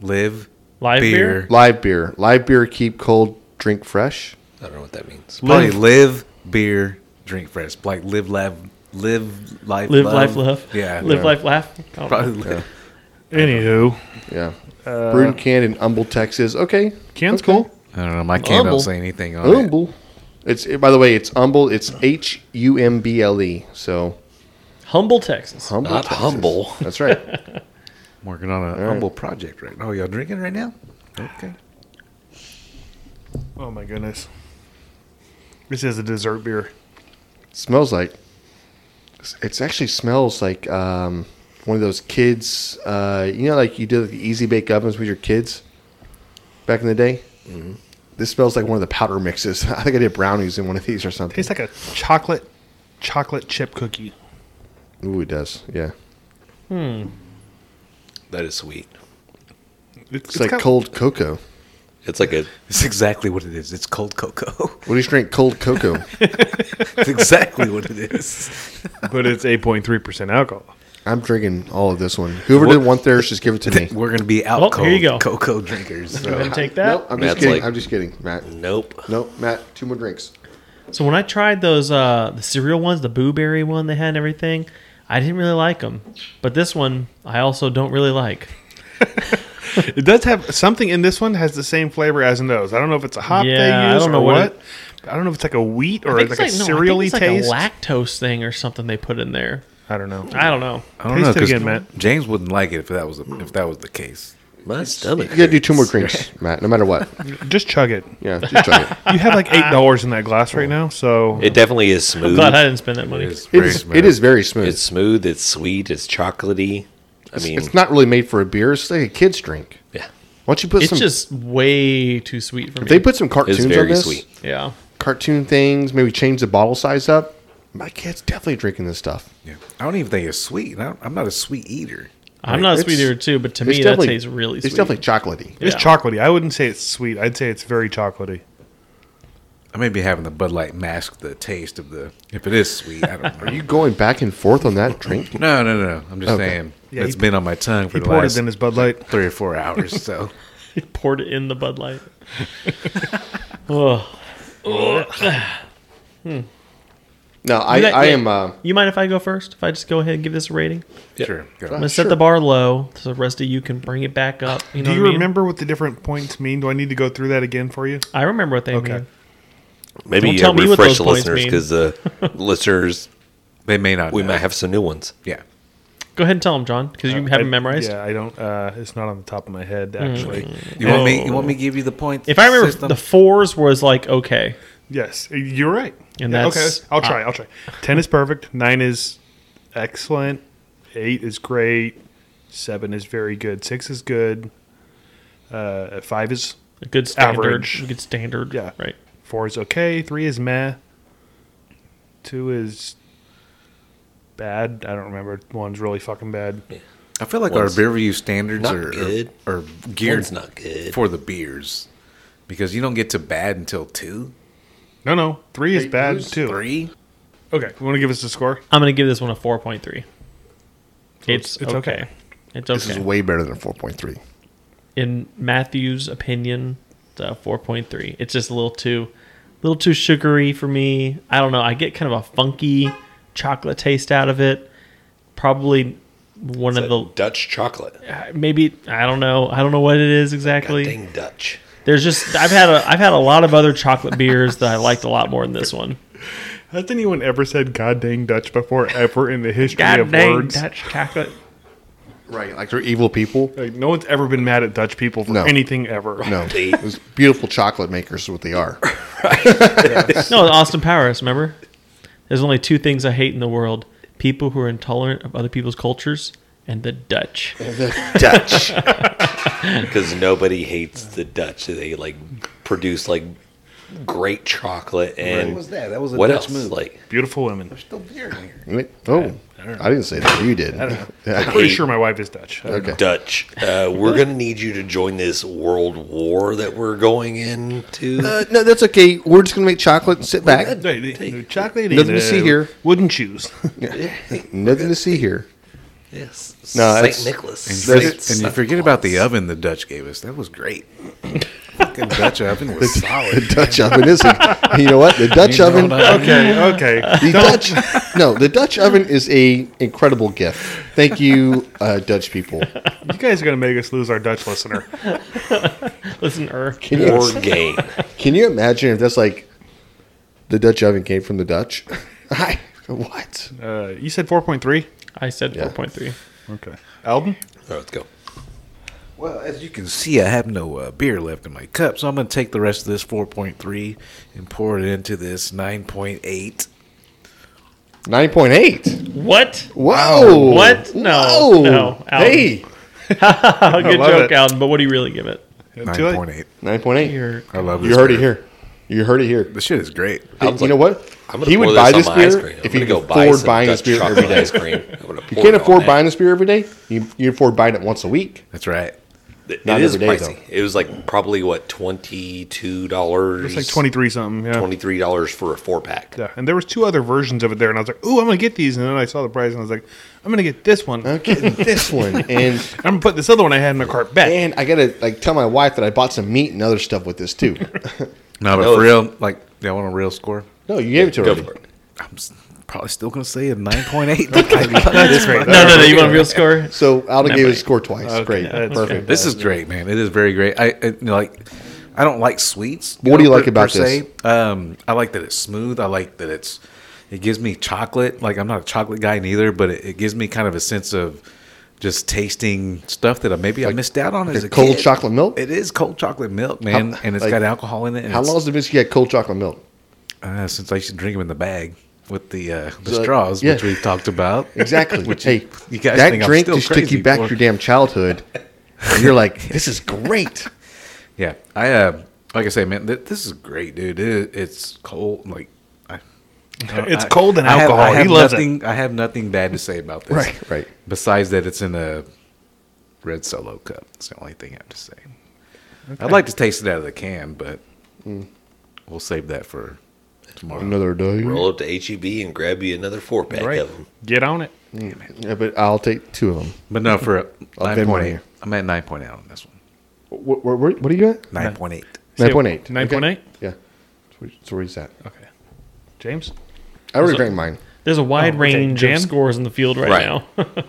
E: Live.
C: Live beer?
D: live beer, live beer, keep cold, drink fresh.
A: I don't know what that means.
E: Probably live beer. Drink fresh. Like live, laugh, live life.
C: Live, life, love.
E: Yeah.
C: Live,
E: yeah.
C: life, laugh. Oh. I don't know.
E: Probably li-
B: Anywho.
D: Yeah, brewed and canned in Humble, Texas. Okay,
B: Can's
D: okay.
B: Uh, cool.
E: I don't know. My can
C: Humble.
E: don't say anything on it.
D: Humble. It's it, by the way, it's Humble. It's H U M B L E. So
C: Humble, Texas.
D: Humble,
A: Not
D: Texas.
A: humble. [laughs]
D: That's right.
E: I'm working on a humble project right now. Oh, Y'all drinking right now? Okay.
B: Oh, my goodness. This is a dessert beer.
D: smells like. It actually smells like um, one of those kids. Uh, you know, like you did the easy bake ovens with your kids back in the day.
A: Mm-hmm.
D: This smells like one of the powder mixes. [laughs] I think I did brownies in one of these or something.
B: Tastes like a chocolate chocolate chip cookie.
D: Ooh, it does. Yeah.
A: That is sweet.
B: It's,
D: It's, like cold cocoa.
A: It's like a
E: It's exactly what it is. It's cold cocoa. [laughs]
D: What do you drink? Cold cocoa.
E: It's exactly what it is.
B: but it's 8.3% alcohol.
D: I'm drinking all of this one. Whoever didn't want theirs, just give it to me.
E: We're gonna be out
C: Oh,
E: cold
C: here you go.
E: cocoa drinkers.
C: Go ahead and
E: So.
C: take that.
D: [laughs] Nope, I'm
A: Matt's
D: just kidding.
A: like-
D: I'm just kidding, Matt.
A: nope.
D: Nope, Matt. Two more drinks.
C: So when I tried those uh, the cereal ones, the blueberry one they had and everything, I didn't really like them. But this one, I also don't really like.
B: It does have something in this one has the same flavor as in those. I don't know if it's a hop
C: Yeah, I
B: they use
C: don't know
B: or
C: what
B: what.
C: it-
B: I don't know if it's like a wheat or
C: I
B: like,
C: think it's
B: a
C: no, I think
B: cereally
C: it's like
B: taste. Mm.
C: a lactose thing or something they put in there.
B: I don't know.
C: I don't know.
E: I don't know
B: Taste it
E: because
B: again, Matt.
E: James wouldn't like it if that was the, if that was the case.
A: My stomach.
D: You gotta do two more drinks, Matt. No matter [laughs] what.
B: Just chug it.
D: Yeah, just try it.
B: You have like
C: [laughs]
B: eight dollars in that glass right now, so
A: It definitely is smooth.
C: Glad I didn't spend that money.
D: It is, it is very smooth.
A: It's smooth. It's sweet. It's chocolatey. I mean,
D: it's not really made for a beer. It's like a kid's drink.
A: yeah,
D: Why don't you put
C: It's
D: some?
C: just way too sweet for me.
D: if they put some
A: it's
D: cartoons on
A: very
D: this,
A: sweet.
C: yeah.
D: cartoon things, maybe change the bottle size up. My kid's definitely drinking this stuff.
E: Yeah. I don't even think it's sweet. I don't, I'm not a sweet eater.
C: I'm not a
D: It's-
C: sweet eater too, but to
D: It's
C: me that
D: definitely-
C: tastes really sweet.
D: It's definitely chocolatey.
B: It's
C: Yeah.
B: chocolatey. I wouldn't say it's sweet. I'd say it's very chocolatey.
E: I may be having the Bud Light mask the taste of the. If it is sweet, I don't know.
D: Are you going back and forth on that drink?
E: [laughs] No, no, no. I'm just
D: Okay.
E: saying
B: Yeah,
E: it's
B: he-
E: been on my tongue for
B: He
E: the
B: poured
E: last
B: it in his Bud Light.
E: three or four hours.
B: [laughs]
E: So
C: [laughs] poured it in the Bud Light. [laughs] Ugh.
D: No, I,
C: You like-
D: I
C: yeah.
D: am. Uh,
C: You mind if I go first? If I just go ahead and give this a rating, I'm
E: sure. Go.
C: gonna set the bar low so the rest of you can bring it back up. You know
B: Do you
C: what I mean?
B: remember what the different points mean? Do I need to go through that again for you?
C: I remember what they
B: Okay.
C: mean. Don't
A: Maybe
C: tell
A: uh,
C: me what
A: refresh
C: those
A: the
C: points
A: listeners
C: mean.
A: because the
C: [laughs]
A: listeners
E: They may not.
A: we
E: know.
A: might have some new ones.
E: Yeah.
C: Go ahead and tell them, John, because you
B: Uh, I-
C: haven't memorized. Hmm.
B: Yeah, I don't. Uh, it's not on the top of my head actually.
E: You want me? You want me to give you the points?
C: If I remember,
E: system?
C: the fours was like okay.
B: Yes, you're right.
C: And
B: Yeah,
C: that's-
B: okay. I'll try. I'll try. Ten is perfect. Nine is excellent. Eight is great. Seven is very good. Six is good. Uh, five is
C: A good standard.
B: Average.
C: A good standard.
B: Yeah.
C: Right.
B: four is okay. Three is meh. Two is bad. I don't remember. One's really fucking bad.
E: I feel like
A: One's
E: our beer review standards
A: not
E: are, are
A: good.
E: are
A: Gear's
E: geared
A: not good.
E: for the beers because you don't get to bad until two,
B: No, no. Three is bad too.
E: three.
B: Okay. You want to give us the score?
C: I'm gonna give this one a four point three. It's,
B: it's
C: okay.
B: okay.
C: It's
D: This is
C: okay.
D: way better than 4.3.
C: In Matthew's opinion, it's a four point three. It's just a little too, little too sugary for me. I don't know. I get kind of a funky chocolate taste out of it. Probably one of the
A: Dutch chocolate.
C: maybe I don't know. I don't know what it is
A: God
C: exactly.
A: dang Dutch.
C: There's just I've had a I've had a lot of other chocolate beers that I liked a lot more than this one.
B: Has anyone ever said "God dang Dutch" before ever in the history
C: God
B: of
C: dang
B: words?
C: Dutch chocolate.
D: Right. Like they're evil people.
B: Like, no one's ever been mad at Dutch people for
D: No.
B: anything ever.
D: No.
A: They-
D: Those beautiful chocolate makers is what they are.
C: No, Austin Powers, remember? There's only two things I hate in the world people who are intolerant of other people's cultures and the Dutch. [laughs]
A: Dutch. [laughs] Because nobody hates the Dutch. They like produce like great chocolate and
E: What was that? That was a
A: what
E: Dutch
A: else?
E: move.
A: Like
B: Beautiful women.
E: Still beer in here.
D: Oh, I didn't say that. You did. [laughs]
B: I'm pretty
A: Hey.
B: sure my wife is Dutch. I don't know.
A: Dutch, uh, we're gonna need you to join this world war that we're going into.
C: [laughs]
D: Uh, no, that's okay. We're just going to make chocolate and sit back.
B: Hey, the- the chocolate
D: Nothing
B: and,
D: to see
B: uh,
D: here.
B: Wooden
D: [laughs]
B: shoes.
D: Nothing to see here.
A: yes,
D: No,
A: Saint
D: it's-
E: And you,
A: Nicholas.
D: That's-
E: forget, and you forget about the oven the Dutch gave us. That was great. Fucking Dutch oven was solid.
D: The Dutch oven is a, you know what? The Dutch
E: You know
D: oven.
E: what I'm-
B: Okay, okay.
D: [laughs] The Dutch, [laughs] no, the Dutch oven is a incredible gift. Thank you, uh, Dutch people.
B: You guys are gonna make us lose our Dutch listener.
C: Listen, er.
D: Can you,
A: War game.
D: can you imagine if that's like the Dutch oven came from
A: [laughs]
D: the Dutch? Hi, what?
B: Uh, you said 4.3.
C: I said
D: Yeah.
C: 4.3.
B: Okay. Alden.
A: All right, let's go.
E: Well, as you can see, I have no uh, beer left in my cup, so I'm going to take the rest of this 4.3 and pour it into this 9.8.
D: Nine point eight.
C: What?
D: Whoa.
C: What? No,
D: Whoa.
C: no, Alan.
D: Hey.
C: Oh, good
B: love
C: joke,
B: it.
C: Alden, but what do you really give it?
B: Too late.
E: 9.8.
D: Nine point eight.
C: You're,
E: I love this.
D: You heard it
E: beer.
D: here. You heard it here.
E: This shit is great.
D: Hey,
A: was
D: you
A: like,
D: know what?
A: I'm gonna
D: He
A: pour
D: would buy
A: on
D: this
A: my ice
D: beer
A: cream. I'm
D: if he
A: gonna
D: could afford
A: some
D: buying
A: Dutch
D: this beer
A: chocolate
D: every day.
A: Ice cream. I'm gonna
D: You
A: pour
D: can't
A: it on
D: afford
A: that.
D: buying this beer every day. You, you afford buying it once
A: [laughs]
D: a week.
E: That's right.
A: It
D: Not
A: is
D: every day,
A: pricey. It was like probably what twenty two dollars.
B: It's like 23 something. Yeah.
A: twenty three dollars for a four pack.
B: Yeah. And there was two other versions of it there, and I was like, "Ooh, I'm gonna get these." And then I saw the price, and I was like, "I'm gonna get this one.
D: I'm getting this one, and
B: [laughs]
A: [laughs]
B: I'm gonna put this other one I had in my cart back."
D: and I gotta like tell my wife that I bought some meat and other stuff with
A: [laughs]
D: this too.
E: No, but
A: No,
E: for
A: it's-
E: real, like, y'all want a real score?
D: No, you gave it to her.
A: Go for it.
E: I'm s- probably still going to say a
D: [laughs]
E: 9.8. this,
C: no, no, no. You want a real score?
D: So Alda gave it a score twice. Great,
B: that's
D: perfect.
E: this is great, man. It is very great. I, I you know, like. I don't like sweets.
D: What do you like about
E: this? Um, I like that it's smooth. I like that it's. It gives me chocolate. Like I'm not a chocolate guy neither, but it, it gives me kind of a sense of just tasting stuff that I, maybe I missed out on as
D: a
E: a
D: cold
E: kid.
D: chocolate milk?
E: It is cold chocolate milk, man, and it's
D: like,
E: got alcohol in it. and
D: How
E: it's-
D: long has it been since you had cold chocolate milk?
E: Uh, since I used to drink them in the bag. with the uh, the
D: So,
E: straws, which
D: yeah.
E: we talked about.
D: Exactly. [laughs]
E: Which
D: hey,
E: you guys
D: that
E: think I'm
D: drink
E: still
D: just took
E: crazy
D: you back
E: for.
D: to your damn childhood. And you're like, this is great.
E: Yeah, I uh, like I say, man, th- this is great, dude. It, it's cold, like I,
B: It's
E: I-
B: cold and
E: I have-
B: alcohol.
E: I have
B: he loves it.
E: nothing, I have nothing bad to say about this.
D: Right, [laughs] right.
E: Besides that, it's in a red solo cup. It's the only thing I have to say. I'd like to taste it out of the can, but Hmm. we'll save that for tomorrow.
D: Another day.
A: Roll up to HEB and grab you another four pack
B: Right.
A: of them.
B: Get on it.
D: Yeah, but I'll take two of them.
E: But no, [laughs] for a
D: I'll
E: nine
D: bend one
E: point eight.
D: here.
E: I'm at nine point eight on this one.
D: What, what, what are you at?
E: Nine point eight.
D: Nine point eight.
B: Nine point eight.
D: Yeah. That's where- that's where he's at.
B: Okay. James.
D: I already drank mine.
C: There's a wide
B: Oh, okay.
C: range
B: Jan?
C: of scores in the field right,
A: Right.
C: [laughs] now.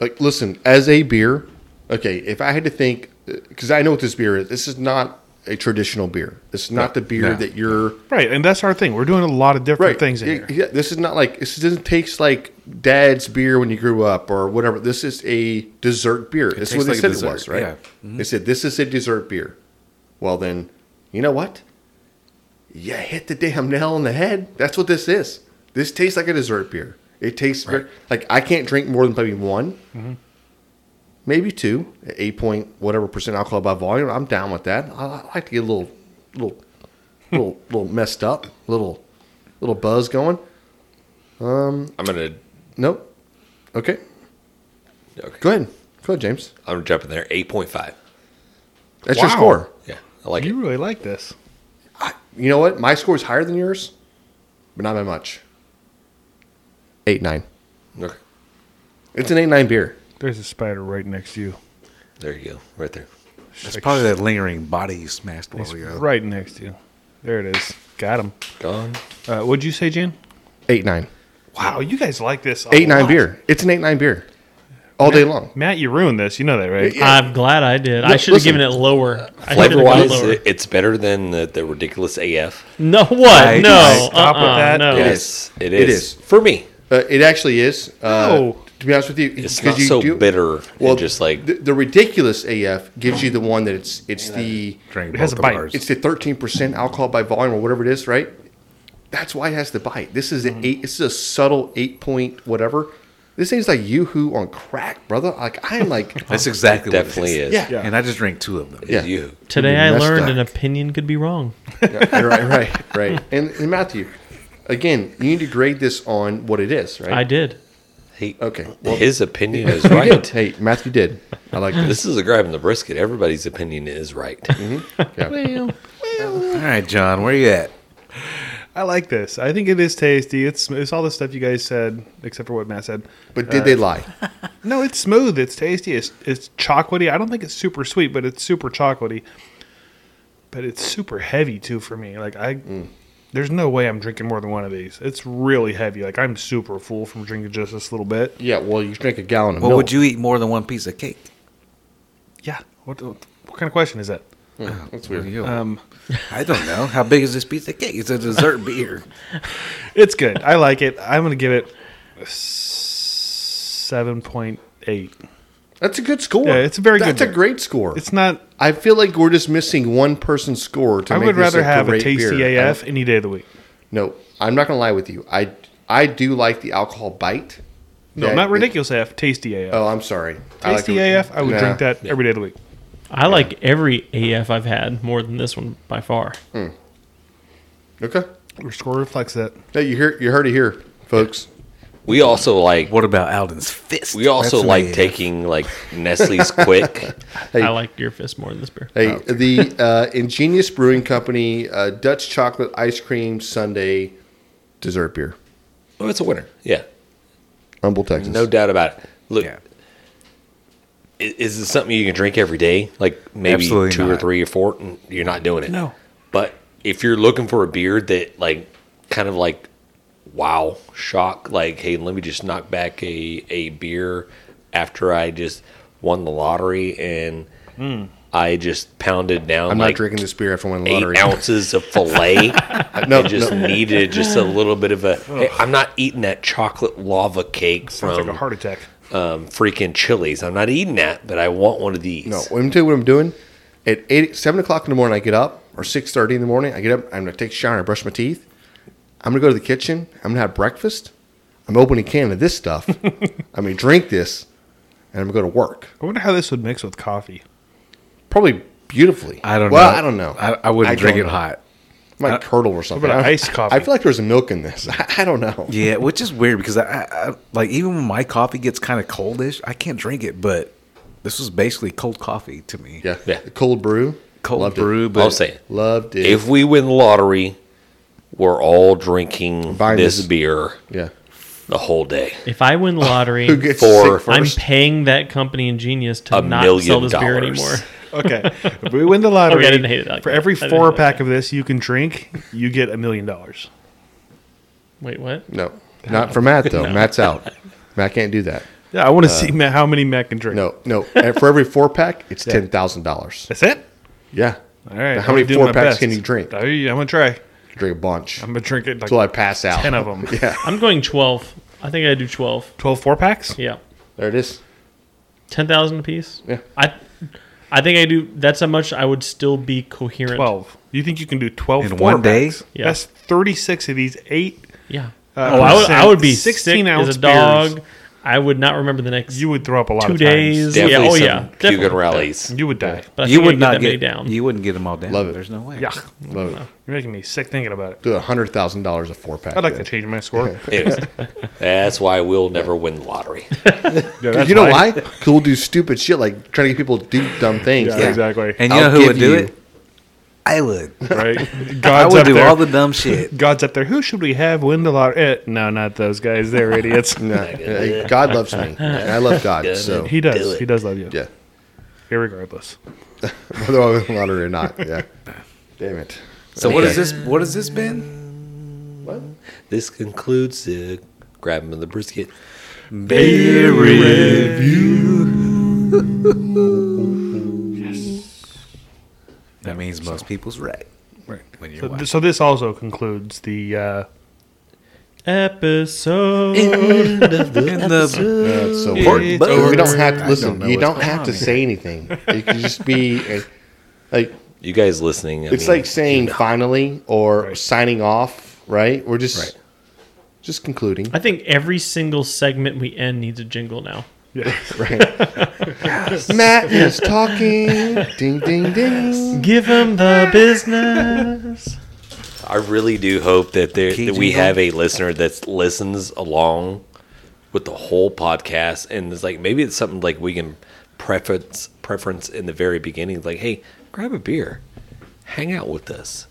D: Like, listen, as a beer, okay, if I had to think, because I know what this beer is, this is not a traditional beer. This is not the beer
E: no.
D: that you're.
B: Right, and that's our thing. We're doing a lot of different
D: Right.
B: things in
D: Yeah,
B: here.
D: yeah, this is not like this doesn't taste like dad's beer when you grew up or whatever. This is a dessert beer. This is what
E: tastes
D: they
E: like a
D: said
E: dessert, Mm-hmm.
D: it was, right?
E: yeah.
D: They said this is a dessert beer. Well then, you know what? You hit the damn nail on the head. That's what this is. This tastes like a dessert beer. It tastes very, like I can't drink more than maybe one,
E: Mm-hmm.
D: maybe two, at eight point whatever percent alcohol by volume. I'm down with that. I, I like to get a little, little,
E: [laughs]
D: little, little messed up, little, little buzz going.
A: I'm gonna
D: Nope. Okay.
A: okay.
D: Go ahead. Go ahead, James.
A: I'm gonna jump in there. Eight point five.
D: That's your
B: Wow.
D: score.
A: Yeah, I like
B: You really like this.
D: You know what? My score is higher than yours, but not by much. Eight nine.
A: it. Okay.
D: It's an eight nine beer.
B: There's a spider right next to you.
A: There you go. Right there.
E: That's probably that lingering body you smashed while
D: Oh,
B: He's
E: we go.
B: right next to you. There it is. Got him.
A: Gone.
B: Uh, what'd you say, Jan?
D: Eight nine.
B: Wow, you guys like this. a
D: Eight nine
B: lot.
D: beer. It's an eight nine beer. All day long.
B: Matt, you ruined this. You know that, right?
D: Yeah.
C: I'm glad I did. I
D: Look,
C: should have
D: listen.
C: given it lower. I should have
A: Flavor
C: gone
A: wise,
C: lower.
A: it, it's better than the, the ridiculous AF.
C: no, what?
E: Right,
C: no.
E: right.
B: Stop with
C: uh-uh,
B: that.
C: No.
D: It is.
A: Yes, it is.
D: It is.
A: for me.
D: Uh, it actually is. Uh,
B: No.
D: To be honest with you,
A: It's
D: 'cause
A: not
D: you
A: so
D: do-
A: bitter. Well,
D: Well,
A: just like
D: the, the ridiculous AF gives you the one that it's it's the
E: Drink
B: It has a
E: both of
B: bite.
E: ours.
D: it's the thirteen percent alcohol by volume or whatever it is, right? That's why it has the bite. This is
B: Mm-hmm.
D: an eight. This is a subtle eight point whatever. This thing's like YooHoo on crack, brother. Like I'm like,
E: That's exactly what it
A: definitely is.
D: yeah,
B: Yeah.
E: And I just drank two of them.
A: It's
D: Yeah.
A: you.
C: Today I
D: messed
C: learned
D: up.
C: an opinion could be wrong.
D: yeah, right, right, right. And, and Matthew, again, you need to grade this on what it is, right?
C: I did.
A: He,
D: Okay, well-
A: his opinion [laughs] is
D: You did.
A: right.
D: Hey, Matthew did. I
B: [laughs]
D: like this.
A: this is a grabbing the brisket. Everybody's opinion is right.
D: Yeah.
E: All right, John, where you at?
B: I like this. I think it is tasty. It's it's all the stuff you guys said, except for what Matt said.
D: But did they
E: Uh,
D: lie?
B: No, it's smooth. It's tasty. It's it's chocolatey. I don't think it's super sweet, but it's super chocolatey. But it's super heavy too for me. Like I,
D: Mm.
B: there's no way I'm drinking more than one of these. It's really heavy. Like I'm super full from drinking just this little bit.
D: Yeah. Well, you drink a gallon of
E: Well,
D: milk.
E: would you eat more than one piece of cake?
B: Yeah. What what kind of question is that?
E: That's weird. Um, I don't know. How big is this piece of cake? It's a
D: [laughs]
E: dessert beer.
B: It's good. I like it. I'm gonna give it seven point eight.
D: That's a good score.
B: Yeah, it's a very good
D: That's
B: beer.
D: a great score.
B: It's not.
D: I feel like we're just missing one person's score to
B: I
D: make
B: would
D: this
B: rather have a
D: great
B: tasty
D: beer. I
B: AF any day of the week.
D: No, I'm not gonna lie with you. I I do like the alcohol bite.
B: No,
D: That-
B: not ridiculous AF. Tasty AF.
D: Oh, I'm sorry.
B: tasty
D: I
B: AF. I would drink that every day of the week.
C: I like every AF I've had more than this one by far.
D: that. Okay.
B: Your score reflects that.
D: No, you hear you heard it here, folks.
A: We also like.
E: What about Alden's fist?
A: We also
E: That's an
A: like
E: AF.
A: taking like Nestle's quick.
D: Hey.
C: I like your fist more than this beer.
E: Oh,
D: Hey, the uh, Ingenious Brewing Company uh, Dutch Chocolate Ice Cream Sunday Dessert Beer,
A: [laughs] Oh, it's a winner. Yeah,
D: Humble, Texas.
A: no doubt about it. Look,
E: Yeah.
A: i- is this something you can drink every day? Like maybe
E: Absolutely
A: two or
E: not.
A: three or four? N- You're not doing it.
B: No.
A: But if you're looking for a beer that like kind of like wow shock, like hey, let me just knock back a a beer after I just won the lottery and I just pounded down
D: I'm
A: like
D: not drinking this beer after winning the
A: eight
D: lottery.
A: ounces of fillet.
D: No,
A: I just
D: no.
A: needed just a little bit of a. Hey, I'm not eating that chocolate lava cake
B: Sounds
A: from
B: like a heart attack.
A: um, freaking Chili's. I'm not eating that, but I want one of these.
D: No, let me tell you what I'm doing. At eight, seven o'clock in the morning, I get up, or six thirty in the morning, I get up. I'm gonna take a shower, I brush my teeth. I'm gonna go to the kitchen. I'm gonna have breakfast. I'm opening a can of this
E: [laughs]
D: stuff. I'm gonna drink this, and I'm gonna go to work.
B: I wonder how this would mix with coffee.
D: Probably beautifully.
E: I don't
D: well,
E: know.
D: I don't know.
E: I, I wouldn't drink
D: don't
E: it
D: know.
E: hot.
D: It might curdle or something.
B: Uh, about
D: I-
B: iced coffee?
D: I feel like there was milk in this. [laughs] I, I don't know.
E: Yeah, which is weird because I, I, I like even when my coffee gets kind of coldish, I can't drink it. But this was basically cold coffee to me.
D: Yeah.
A: Yeah.
D: The cold brew.
E: cold
D: Loved it.
E: brew. But
A: I'll say it.
D: Loved it.
A: If we win the lottery, we're all drinking
D: Buying
A: this
D: this.
A: beer
D: yeah.
A: the whole day.
C: If I win the lottery,
D: Who gets
A: For-
D: sick
C: I'm
D: 1st
C: paying that company in Genius to
A: A
C: not sell
A: million
C: this beer
A: dollars.
C: anymore.
B: Okay, if we win the lottery,
C: [laughs] Okay, I didn't hate it like
B: for
C: that.
B: every
C: I didn't
B: four
C: hate it like
B: pack of this you can drink, you get a million dollars.
C: Wait, what?
D: no. Not for Matt
E: [laughs]
D: though. Matt's out. Matt can't do that.
B: Yeah, I want to see Matt, how many Matt can drink.
D: Uh, No, no.
B: [laughs]
D: And for every four pack, it's ten thousand dollars.
B: that's it.
D: Yeah.
B: All right.
D: Now,
B: I'm
D: how many
B: doing
D: four
B: my
D: packs
B: best.
D: can you drink?
B: I, am gonna try.
D: Drink a bunch
B: I'm gonna drink it like
D: until I pass out.
B: ten of them.
D: [laughs] Yeah.
C: I'm going 12. I think I do 12.
B: 12 four packs.
C: Yeah.
D: There it is.
C: 10,000 apiece?
D: Yeah.
C: I I think I do that's how much I would still be coherent.
B: 12. You think you can do 12
E: In
B: four
E: one day?
B: packs?
C: Yeah.
B: That's 36 of these eight.
C: Yeah.
B: Uh,
C: oh, I would,
B: percent,
C: I would be 16
B: 16
C: sick
B: ounce
C: as a dog.
B: beers.
C: I would not remember the next
B: You would throw up a lot
C: two
B: of
C: days.
B: times.
A: Definitely
C: yeah, oh
A: some
C: yeah.
A: Cuban
C: Definitely.
A: rallies.
B: You would die.
C: But I
E: you
C: think
E: would
C: I'd
E: not
C: get that many
E: get
C: down.
E: You wouldn't get them all down.
D: Love it.
E: There's no way.
B: Yeah.
D: Love it.
B: You're making me sick thinking about it.
D: Do a hundred thousand dollars a four pack.
B: I'd like to
D: then.
B: change my score.
C: [laughs]
A: Anyways, that's why we'll never win the lottery.
D: you know why? [laughs] Because we'll do stupid shit like trying to get people to do dumb
B: [laughs]
D: things.
B: Yeah, exactly.
E: And you
D: I'll
E: know who
D: give
E: would do
D: you-
E: it? I would.
D: [laughs]
B: right?
E: I
B: God's
E: would
B: up
E: do
B: there.
E: all the dumb shit.
B: God's up there. Who should we have win the lottery? Eh, no, not those guys. They're idiots.
D: No,
E: [laughs]
D: uh, God loves me. And I love God. So
B: He
A: Do
B: does.
A: it.
B: he does love you.
D: yeah,
B: Irregardless.
D: [laughs] whether I win the lottery or not. Yeah. Damn it.
E: So what is this? What has this been?
A: This concludes the grabbing of the brisket.
E: Beer review. That means most people's right. Right. When you're
B: So,
E: white.
B: th- so this also concludes the uh,
E: [laughs]
C: Episode.
E: In the-
D: Yeah, it's so
E: Yeah,
D: weird.
E: it's
D: But
E: over.
D: you don't have to
E: I
D: listen.
E: don't know
D: you
E: what's
D: don't
E: going
D: have
E: on
D: to
E: here.
D: say anything. It can just be uh, like
A: You guys listening? I
D: it's
A: mean,
D: like saying finally or
B: Right.
D: signing off. Right? We're just
E: Right.
D: just
E: [laughs]
D: concluding.
C: I think every single segment we end needs a jingle now.
D: Right. Matt is talking. Ding ding ding.
C: Give him the business.
A: I really do hope that there
E: Key
A: that we
E: jingle?
A: have a listener that listens along with the whole podcast, and it's like maybe it's something like we can preference preference in the very beginning, like, hey, grab a beer, hang out with us.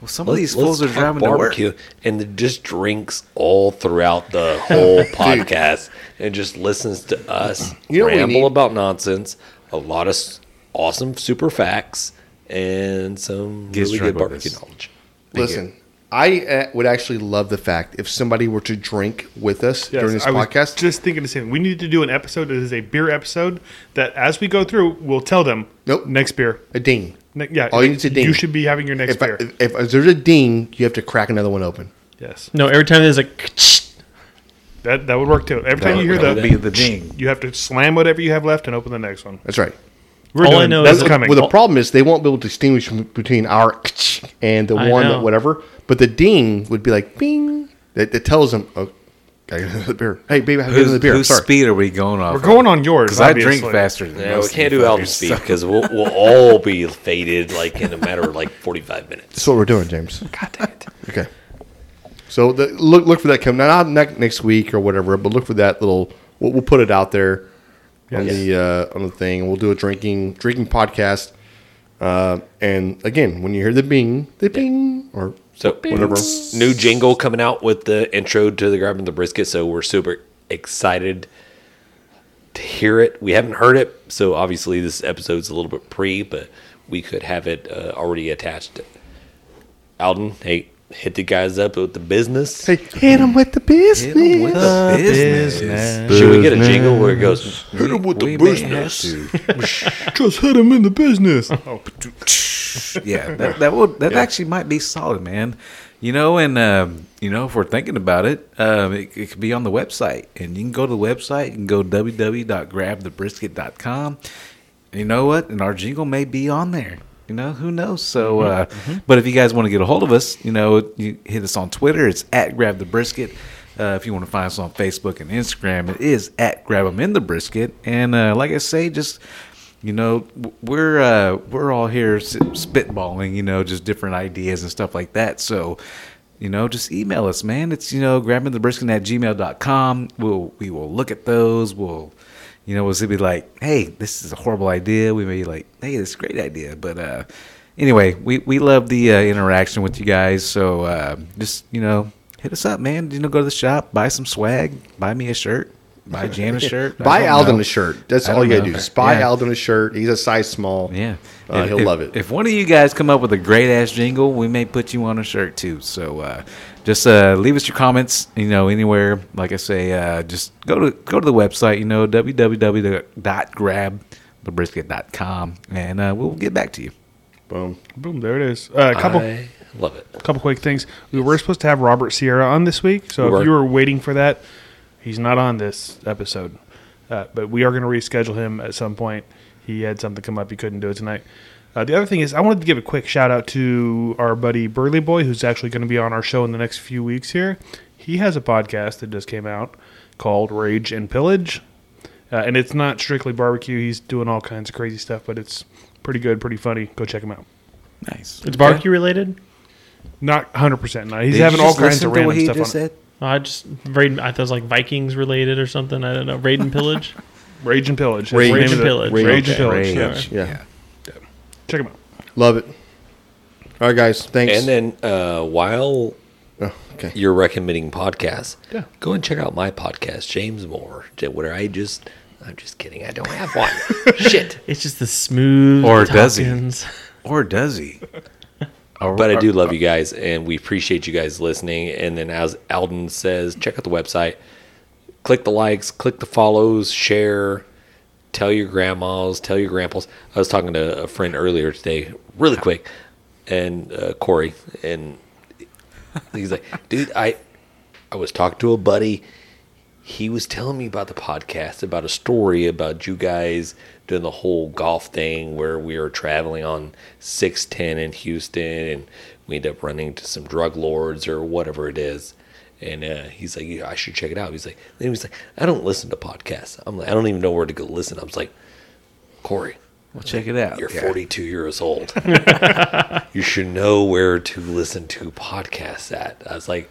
E: Well, some of these fools are
A: let's talk
E: driving to work.
A: and then just drinks all throughout the whole podcast and just listens to us
D: You know what we
A: ramble
D: need?
A: about nonsense, a lot of s- awesome super facts, and some
E: Get
A: really
E: drunk
A: good
E: with
A: barbecue
E: us.
A: knowledge.
D: Listen, I uh, would actually love the fact if somebody were to drink with us during this
B: I was
D: podcast.
B: just thinking the same. We need to do an episode that is a beer episode that as we go through, we'll tell them.
D: Nope.
B: Next beer.
D: a ding.
B: Ne- yeah.
D: All Oh, you need is a ding.
B: You should be having your next
D: If, I,
B: beer.
D: if, if there's a ding, you have to crack another one open.
B: yes.
C: No, every time there's a
B: That that would work too. Every time you hear
E: That
B: the
E: would be the ding.
B: you have to slam whatever you have left and open the next one.
D: That's right.
B: We're
C: All I
B: done.
C: know
B: That's
C: is-
B: coming.
D: Well, the problem is they won't be able to distinguish m- between our [laughs] and the
C: I
D: one
C: know.
D: that whatever. But the ding would be like bing. That, that tells them, oh, gotta get another beer. Hey, baby, I have another
E: Whose,
D: beer.
E: whose
D: Sorry.
E: speed are we going off?
B: We're going on yours.
E: Because I drink
B: obviously.
E: faster than
A: Yeah, we
E: most
A: can't
E: of you
A: do album
E: fuckers,
A: speed
E: so-
A: because we'll, we'll all be faded like in a matter of like 45 minutes.
D: That's what we're doing, James. [laughs] God damn it. Okay. So the, look look for that coming not next next week or whatever, but look for that little. We'll, we'll put it out there on the uh, on the thing. We'll do a drinking drinking podcast. Uh, and again, when you hear the bing, the bing, or
A: So,
D: whatever.
A: New jingle coming out with the intro to the grabbing the brisket. So, we're super excited to hear it. We haven't heard it. So, obviously, this episode's a little bit pre, but we could have it uh, already attached. Alden, hey, hit the guys up with the business.
D: Hey, hit them with the business.
E: Hit 'em with the [laughs] business.
A: Should we get a jingle where it goes,
D: Hit 'em with the
E: We may have
D: business.
E: to.
B: Just hit him in the business.
E: yeah, that, that would that actually might be solid, man. You know, and um, you know, if we're thinking about it, um, it, it could be on the website, and you can go to the website. You can go www.grabthebrisket.com. And you know what? And our jingle may be on there. You know, who knows? So, uh, but if you guys want to get a hold of us, you know, you hit us on Twitter. It's at Grab the Brisket. Uh, if you want to find us on Facebook and Instagram, it is at Grab 'em in the Brisket. And uh, like I say, just you know, w- we're uh, we're all here s- spitballing, you know, just different ideas and stuff like that. So, you know, just email us, man. It's, you know, grabbing the brisket at gmail.com. We'll, we will look at those. We'll, you know, we'll see- be like, hey, this is a horrible idea. We may be like, hey, this is a great idea. But uh, anyway, we, we love the uh, interaction with you guys. So uh, just, you know, hit us up, man. You know, go to the shop, buy some swag, buy me a shirt, buy
D: [laughs]
E: Jan a shirt. I
D: Buy
E: don't
D: Alden
E: know.
D: a shirt. That's
E: I
D: all you
E: don't
D: gotta do.
E: know.
D: Just buy
E: Yeah.
D: Alden a shirt. He's a size small.
E: Yeah,
D: Uh,
E: If-
D: he'll
E: if-
D: love it.
E: If one of you guys come up with a great ass jingle, we may put you on a shirt too. So uh, just uh, leave us your comments. You know, anywhere. Like I say, uh, just go to go to the website. You know, www.grabthebrisket.com, and uh, we'll get back to you.
D: Boom.
B: Boom, there it is. Uh, a couple,
A: I love it.
B: couple quick things. We were supposed to have Robert Sierra on this week, so
A: We
B: if
A: were.
B: you were waiting for that, he's not on this episode. Uh, but we are going to reschedule him at some point. He had something come up; he couldn't do it tonight. Uh, the other thing is, I wanted to give a quick shout out to our buddy Burley Boy, who's actually going to be on our show in the next few weeks. Here, he has a podcast that just came out called Rage and Pillage, uh, and it's not strictly barbecue. He's doing all kinds of crazy stuff, but it's pretty good, pretty funny. Go check him out.
E: Nice.
C: It's barbecue related.
B: Not hundred percent. No, he's having all kinds of random stuff on it.
C: I just Raiden. I thought it was like Vikings related or something. I don't know. Raid and pillage.
B: Rage and pillage. That's the
A: Rage
B: name
A: and
B: of the-
C: Pillage.
B: Rage,
D: Rage
B: and pillage.
E: Rage.
B: yeah.
D: Yeah.
B: Check him out.
D: Love it. All right, guys. Thanks.
A: And then uh, while
D: Oh, okay.
A: you're recommending podcasts,
B: Yeah.
A: go and check out my podcast, James Moore. J- Where I just, I'm just kidding. I don't have one.
D: [laughs]
A: Shit.
C: [laughs] It's just the smooth.
E: Or does he?
C: talkings.
E: Or does he? Or-
A: But I
E: or-
A: do love you guys, and we appreciate you guys listening. And then, as Alden says, check out the website, click the likes, click the follows, share, tell your grandmas, tell your grandpas. I was talking to a friend earlier today, really quick, and uh, Corey, and he's like, "Dude, I, I was talking to a buddy. He was telling me about the podcast, about a story about you guys doing the whole golf thing where we were traveling on 610 in Houston and we end up running to some drug lords or whatever it is. And uh, he's like, yeah, I should check it out. He's like, then he was like, I don't listen to podcasts. I'm like, I don't even know where to go listen. I was like, Corey,
E: Well, check it out.
A: you're
E: Yeah.
A: 42 years
E: [laughs]
A: old. you should know where to listen to podcasts at. I was like,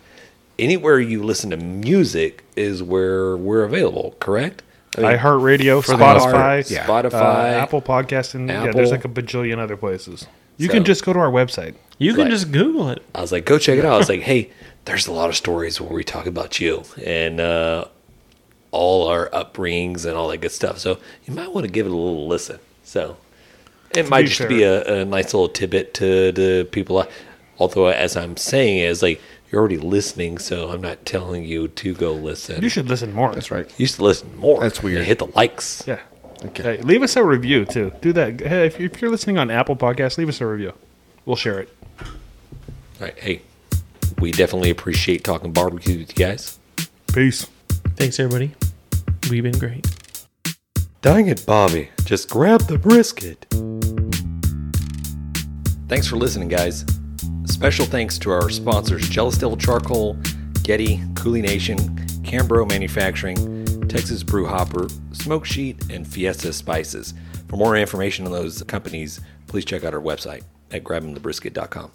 A: anywhere you listen to music is where we're available, correct? I mean,
B: iHeartRadio,
A: the most part,
B: Spotify,
A: yeah.
B: uh,
A: Spotify,
B: Apple Podcast, and yeah,
A: Apple.
B: there's like a bajillion other places. You
A: So-
B: can just go to our website.
C: You can
A: Right.
C: just Google it.
A: I was like, go check it out. I was like, hey, there's a lot of stories where we talk about you and uh, all our upbringings and all that good stuff. So you might want to give it a little listen. So it might
B: be
A: just
B: fair.
A: be a, a nice little tidbit to the people. Although, as I'm saying, is like you're already listening, so I'm not telling you to go listen.
B: You should listen more.
D: That's right.
A: You used to listen more.
D: That's weird.
A: You hit the likes.
B: Yeah.
D: Okay.
B: Hey, leave us a review too. Do that. Hey, if, if you're listening on Apple Podcasts, leave us a review. We'll share it.
A: All right. Hey, we definitely appreciate talking barbecue with you guys.
B: Peace.
C: Thanks, everybody. We've been great.
A: Dang it, Bobby. Just grab the brisket. Thanks for listening, guys. Special thanks to our sponsors Jealous Devil Charcoal, Getty, Cooley Nation, Cambro Manufacturing, Texas Brew Hopper, Smoke Sheet, and Fiesta Spices. For more information on those companies, please check out our website at grabbingthebrisket.com.